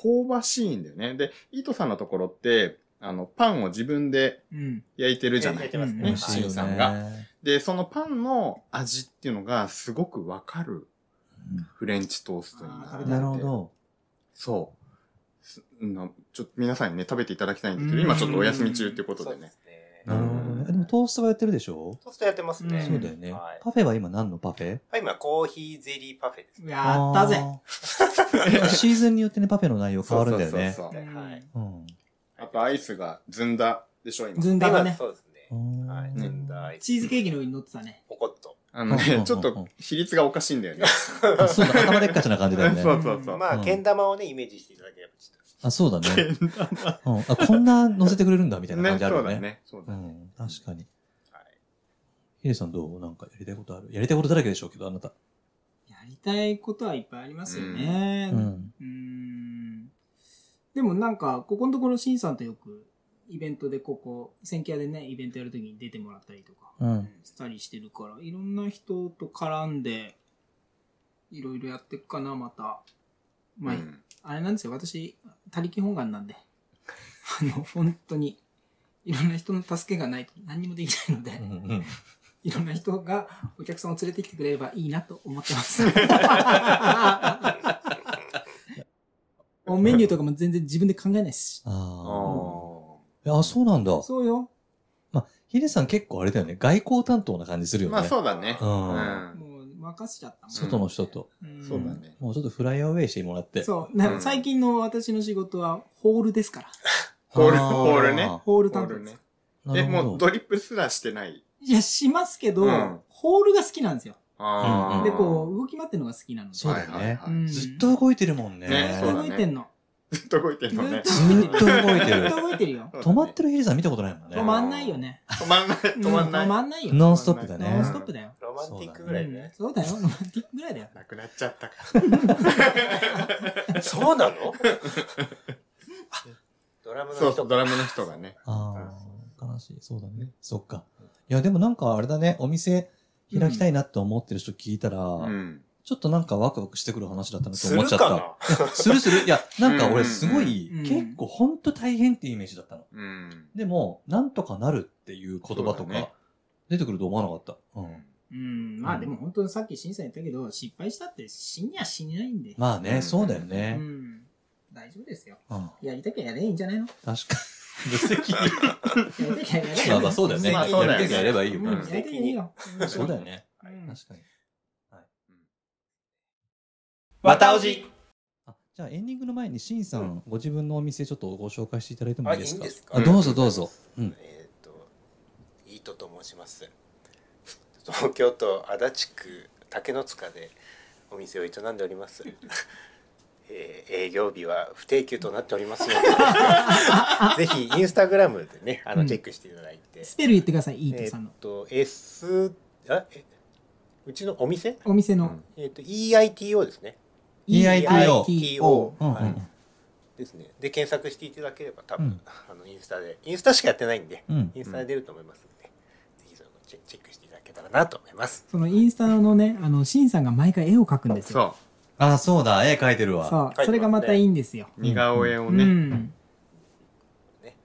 Speaker 3: 香ばしいんだよね。で、イトさんのところって、あの、パンを自分で
Speaker 2: うん。
Speaker 3: 焼いてるじゃな
Speaker 6: え
Speaker 3: い
Speaker 6: え。ます
Speaker 7: ー
Speaker 2: うん
Speaker 7: 美
Speaker 6: ね
Speaker 7: 味しいよ
Speaker 3: さんが
Speaker 7: ね。
Speaker 3: で、そのパンの味っていうのがすごくわかるフレンチトーストになって
Speaker 2: う
Speaker 3: て
Speaker 2: ん
Speaker 7: なるほ。ど。
Speaker 3: そう。すなちょっと皆さんにね、食べていただきたいんですけ
Speaker 2: う
Speaker 3: ど、
Speaker 2: ん
Speaker 3: 今ちょっとお休み中ってこと
Speaker 6: そう
Speaker 3: で
Speaker 6: で
Speaker 3: ね。
Speaker 6: すね。
Speaker 7: なるほどね。でもトーストはやってるでしょ
Speaker 6: トーストやってますね。
Speaker 2: うん
Speaker 7: そうだよね
Speaker 6: はい。
Speaker 7: パフェは今何のパフェ
Speaker 6: はい、今、コーヒーゼリーパフェです
Speaker 7: <laughs>
Speaker 6: ね。
Speaker 2: やったぜ。
Speaker 7: あーシーズンによってね、パフェの内容変わるんだよね。
Speaker 3: そうそうそう
Speaker 6: うんはい
Speaker 7: うん
Speaker 3: あとアイスがずんだでしょ、今。
Speaker 2: ずんだが
Speaker 6: 今、
Speaker 2: ね。
Speaker 6: そうですね。はい、
Speaker 7: う
Speaker 6: ジェン
Speaker 7: ん
Speaker 6: ダー、
Speaker 2: チーズケーキの上に乗ってたね。
Speaker 6: ポコッと。
Speaker 3: あの
Speaker 7: うんうんうんう
Speaker 3: ね
Speaker 7: ん、
Speaker 3: ちょっと比率がおかしいんだよね。
Speaker 7: あそうだ、頭でっかちな感じだよね
Speaker 3: <laughs> そ。うそうそう。
Speaker 6: まあ、
Speaker 7: うん
Speaker 6: けん玉をね、イメージしていただければちょっ
Speaker 7: あ、そうだ
Speaker 3: <laughs>
Speaker 7: ね。うんあ、こんな乗せてくれるんだ、みたいな感
Speaker 3: ね、
Speaker 7: じある
Speaker 3: そ
Speaker 7: よ
Speaker 3: うだ
Speaker 7: ね。
Speaker 3: ね。そう
Speaker 7: う
Speaker 3: だね。
Speaker 7: ん、確かに。
Speaker 6: と。はい。
Speaker 7: ヒデさんどうなんかやりたいことあるやりたいことだらけでしょうけど、あなた。
Speaker 2: やりたいことはいっぱいありますよね。
Speaker 7: う。
Speaker 2: うんーん。でもなんか、ここのところ、シンさんとよく、イベントでここ、千家でね、イベントやるときに出てもらったりとか、
Speaker 7: うん。
Speaker 2: したりしてるから、いろんな人と絡んで、いろいろやっていくかな、また。まあ、
Speaker 3: うん
Speaker 2: あれなんですよ、私、他力本願なんで。あの、本当に、いろんな人の助けがないと何にもできないので、
Speaker 7: うんうん
Speaker 2: いろんな人がお客さんを連れてきてくれればいいなと思ってます。もうメニューとかも全然自分で考えないし。
Speaker 7: あ
Speaker 3: あ
Speaker 7: あ。あ、そうなんだ。
Speaker 2: そうよ。
Speaker 7: まあ、ヒデさん結構あれだよね。外交担当な感じする
Speaker 3: あ。
Speaker 7: よね。
Speaker 3: まあそうだね。
Speaker 7: う
Speaker 3: うんん。
Speaker 2: もう任せちゃったもん。
Speaker 7: 外の人と。
Speaker 2: うん
Speaker 3: そうだね。
Speaker 7: もうちょっとフライアウェイしてもらって。
Speaker 2: そう。なんか最近の私の仕事はホールですから。
Speaker 3: ホール
Speaker 7: あ
Speaker 3: ホールね
Speaker 2: ホール
Speaker 3: ホ
Speaker 2: 担
Speaker 3: ー
Speaker 2: 当
Speaker 3: ル
Speaker 2: です
Speaker 3: ね。。
Speaker 7: な
Speaker 3: え、
Speaker 7: るほど
Speaker 3: もうドリップすらしてない。
Speaker 2: いや、しますけど、
Speaker 3: うん
Speaker 2: ホールが好きなんですよ。
Speaker 7: あー
Speaker 2: で、こう、動き回ってるのが好きなので。
Speaker 7: そうだよね
Speaker 3: はいはいは
Speaker 2: う
Speaker 3: い
Speaker 2: ん
Speaker 7: ずっと動いてるもんね。 <laughs>
Speaker 3: ねそうだ
Speaker 2: 動いてんの。
Speaker 3: ずっと動いてるのね。
Speaker 7: ずーっと動いて
Speaker 2: ずっ
Speaker 7: る
Speaker 2: と。動いてるよ。
Speaker 7: 止まってるヒデさん見たことないもんね
Speaker 2: 止。まんないよね。
Speaker 3: 止まんない、止まんな
Speaker 2: う
Speaker 3: い。
Speaker 2: 止まんないよ。
Speaker 7: ノンストップだ
Speaker 2: ノ
Speaker 7: ね
Speaker 2: ン。ストップだよ。
Speaker 6: ロマンティックぐらいね。
Speaker 2: そうだよ。 <laughs> ロマンティックぐらいだよ。
Speaker 3: なくなっちゃったから。
Speaker 6: そう <laughs> なのあドラムの
Speaker 3: そう
Speaker 6: 人
Speaker 3: そう、ドラムの人がね。
Speaker 7: ああ、悲しい。そうだね。そっか。いや、でもなんかあれだね、お店開きたいなって思ってる人聞いたら、
Speaker 3: うん。
Speaker 7: ちょっとなんかワクワクしてくる話だったなと
Speaker 6: す
Speaker 7: 思
Speaker 6: る
Speaker 7: っちゃっ
Speaker 6: か
Speaker 7: た。
Speaker 6: な
Speaker 7: や
Speaker 6: い
Speaker 7: するする。いや、なんか俺すごい
Speaker 2: うんうん、
Speaker 7: 結構ほんと大変っていうイメージだったの。
Speaker 3: うん。
Speaker 7: でも、なんとかなるっていう言葉
Speaker 3: そ
Speaker 7: と
Speaker 3: うだ
Speaker 7: か
Speaker 3: ね、
Speaker 7: 出てくると思わなかった。うん。
Speaker 2: うん。まあでも本当にさっき審査言ったけど、失敗したって死にゃ死にないんで。
Speaker 7: まあね、
Speaker 3: うん
Speaker 7: そうだよ
Speaker 2: う
Speaker 7: ね。
Speaker 2: ん。大丈夫ですよ。
Speaker 7: うん。
Speaker 2: やりたきゃやればいいんじゃないの
Speaker 7: 確かに。無責任。
Speaker 2: やりたきゃやればいいんじゃ
Speaker 7: まあ
Speaker 2: ない
Speaker 7: まあそうだよね。
Speaker 3: まあそうだよ
Speaker 7: やる
Speaker 3: ね
Speaker 7: 時はやればいいうよ。
Speaker 2: ん
Speaker 7: う
Speaker 2: や
Speaker 7: ん
Speaker 2: りたきゃいいよ。うん
Speaker 7: そうだよね。
Speaker 2: うん
Speaker 7: 確かに。
Speaker 6: またおじ
Speaker 7: あじゃあエンディングの前にしんさん、ご自分のお店ちょっとご紹介していただいても
Speaker 6: あ、
Speaker 7: い
Speaker 6: い
Speaker 7: いで
Speaker 6: い
Speaker 7: す
Speaker 6: ん
Speaker 7: か
Speaker 6: ですか
Speaker 7: あどうぞどうぞ。
Speaker 6: ありがとございますえっと、イートと申します。東京都足立区竹の塚でお店を営んでおります。 <laughs> えー営業日は不定休となっておりますので、ぜ <laughs> ひインスタグラムでね、あ
Speaker 2: う
Speaker 6: の
Speaker 2: ん
Speaker 6: チェックしていただいて。
Speaker 2: スペル言ってください、イート
Speaker 6: え
Speaker 2: さん
Speaker 6: ー
Speaker 2: の
Speaker 6: っ。と、S、あ、え、うちのお店
Speaker 2: お店の。
Speaker 6: えっと、EITO ですね。
Speaker 7: EITO
Speaker 6: EITO
Speaker 7: うんうんうん
Speaker 6: はいですね。で、検索していただければ、多
Speaker 7: うん
Speaker 6: 分、あの、インスタで、インスタしかやってないんで、
Speaker 7: うん
Speaker 6: インスタで出ると思いますので、ぜひそのチェチェックしていただけたらなと思います。
Speaker 2: そのインスタのね、あの、シンさんが毎回絵を描くんですよ。
Speaker 3: そ
Speaker 7: あ、そうだ、絵描いてるわ。
Speaker 2: そう。それがまたいいんですよ。
Speaker 3: う。似顔絵を
Speaker 2: う
Speaker 3: ね、
Speaker 2: ん。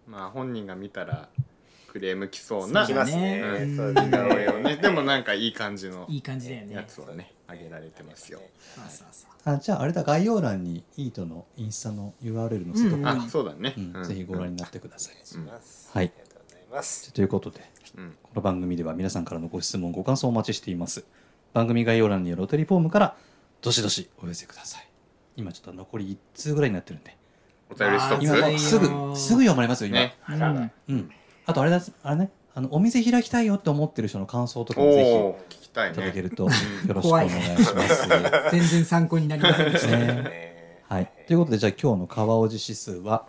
Speaker 3: まあ本人が見たらクレーム来そうな
Speaker 6: 来
Speaker 3: 似
Speaker 6: ますね
Speaker 3: う。
Speaker 2: ん
Speaker 6: そうです
Speaker 3: 顔絵をね。でもなんかいい感じの
Speaker 2: いい感じだよね
Speaker 3: や。つをね、あげられてますよ。
Speaker 2: そうそうそう。
Speaker 7: あじゃあ、あれだ、概要欄にイートのインスタの URL 載せとく
Speaker 2: うん
Speaker 7: か
Speaker 3: あ、そうだね。
Speaker 7: うんぜひご覧になってください。
Speaker 6: します。
Speaker 5: はい
Speaker 6: ありがとうございます。
Speaker 5: ということで、
Speaker 3: うん
Speaker 5: この番組では皆さんからのご質問、ご感想をお待ちしています。番組概要欄にあるお手りフォームから、どしどしお寄せください。今ちょっと残り1通ぐらいになってるんで、
Speaker 3: お便り一
Speaker 2: あ
Speaker 5: 今
Speaker 2: ー
Speaker 5: もう
Speaker 3: つ
Speaker 5: すぐ、
Speaker 2: あのー
Speaker 5: すぐ読まれますよ、今。
Speaker 3: ね。
Speaker 2: う
Speaker 6: あら
Speaker 2: ん
Speaker 6: ら
Speaker 5: うん。あとあれだ、あれね、あの、お店開きたいよって思ってる人の感想とか
Speaker 3: お
Speaker 5: もぜひ
Speaker 3: おー、聞きたい
Speaker 5: いただけ
Speaker 3: ね。
Speaker 5: ると、よろしくお願いします。
Speaker 2: 全然参考になりませんでし
Speaker 5: <laughs>
Speaker 2: た。
Speaker 5: ね
Speaker 6: ね
Speaker 5: はい。ということで、じゃあ今日の川おじ指数は、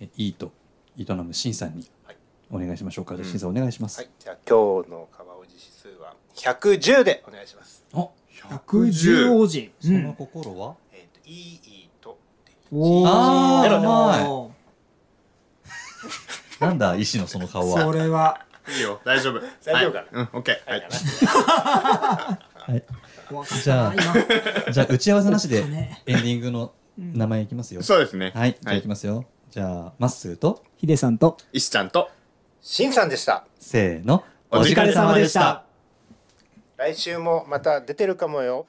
Speaker 5: えいいと営むしんさんに
Speaker 6: はい
Speaker 5: お願いしましょうか。じゃあ
Speaker 3: うん
Speaker 5: しんさんお願いします。
Speaker 6: はい、じゃあ今日の川尾寺指数は110でお願いします。
Speaker 5: お
Speaker 2: 110王子。う
Speaker 7: その
Speaker 2: ん。
Speaker 7: 心は、
Speaker 6: えっ、と、いいいいと。
Speaker 2: お
Speaker 7: あ
Speaker 6: ーう
Speaker 2: ー
Speaker 7: なんだ、医師のその顔
Speaker 2: そ
Speaker 7: は。
Speaker 2: れは、
Speaker 3: いいよ、大丈夫。
Speaker 6: 大丈夫か
Speaker 3: はいうん、オッケー。
Speaker 6: は、
Speaker 3: はいい。
Speaker 2: 怖かったな
Speaker 7: じゃあ
Speaker 2: 今
Speaker 7: じゃあ、打ち合わせなしで
Speaker 2: ね
Speaker 7: エンディングの名前いきますよ。
Speaker 3: そうですね。
Speaker 7: はい。じゃ
Speaker 3: は
Speaker 7: あいき
Speaker 3: い。
Speaker 7: ますよ。じゃあ、まっすーと、
Speaker 2: ヒデさんと、
Speaker 3: 石ちゃんと、
Speaker 6: しんさんでした。
Speaker 7: せーの、
Speaker 3: お疲れ様でした。
Speaker 6: 来週もまた出てるかもよ。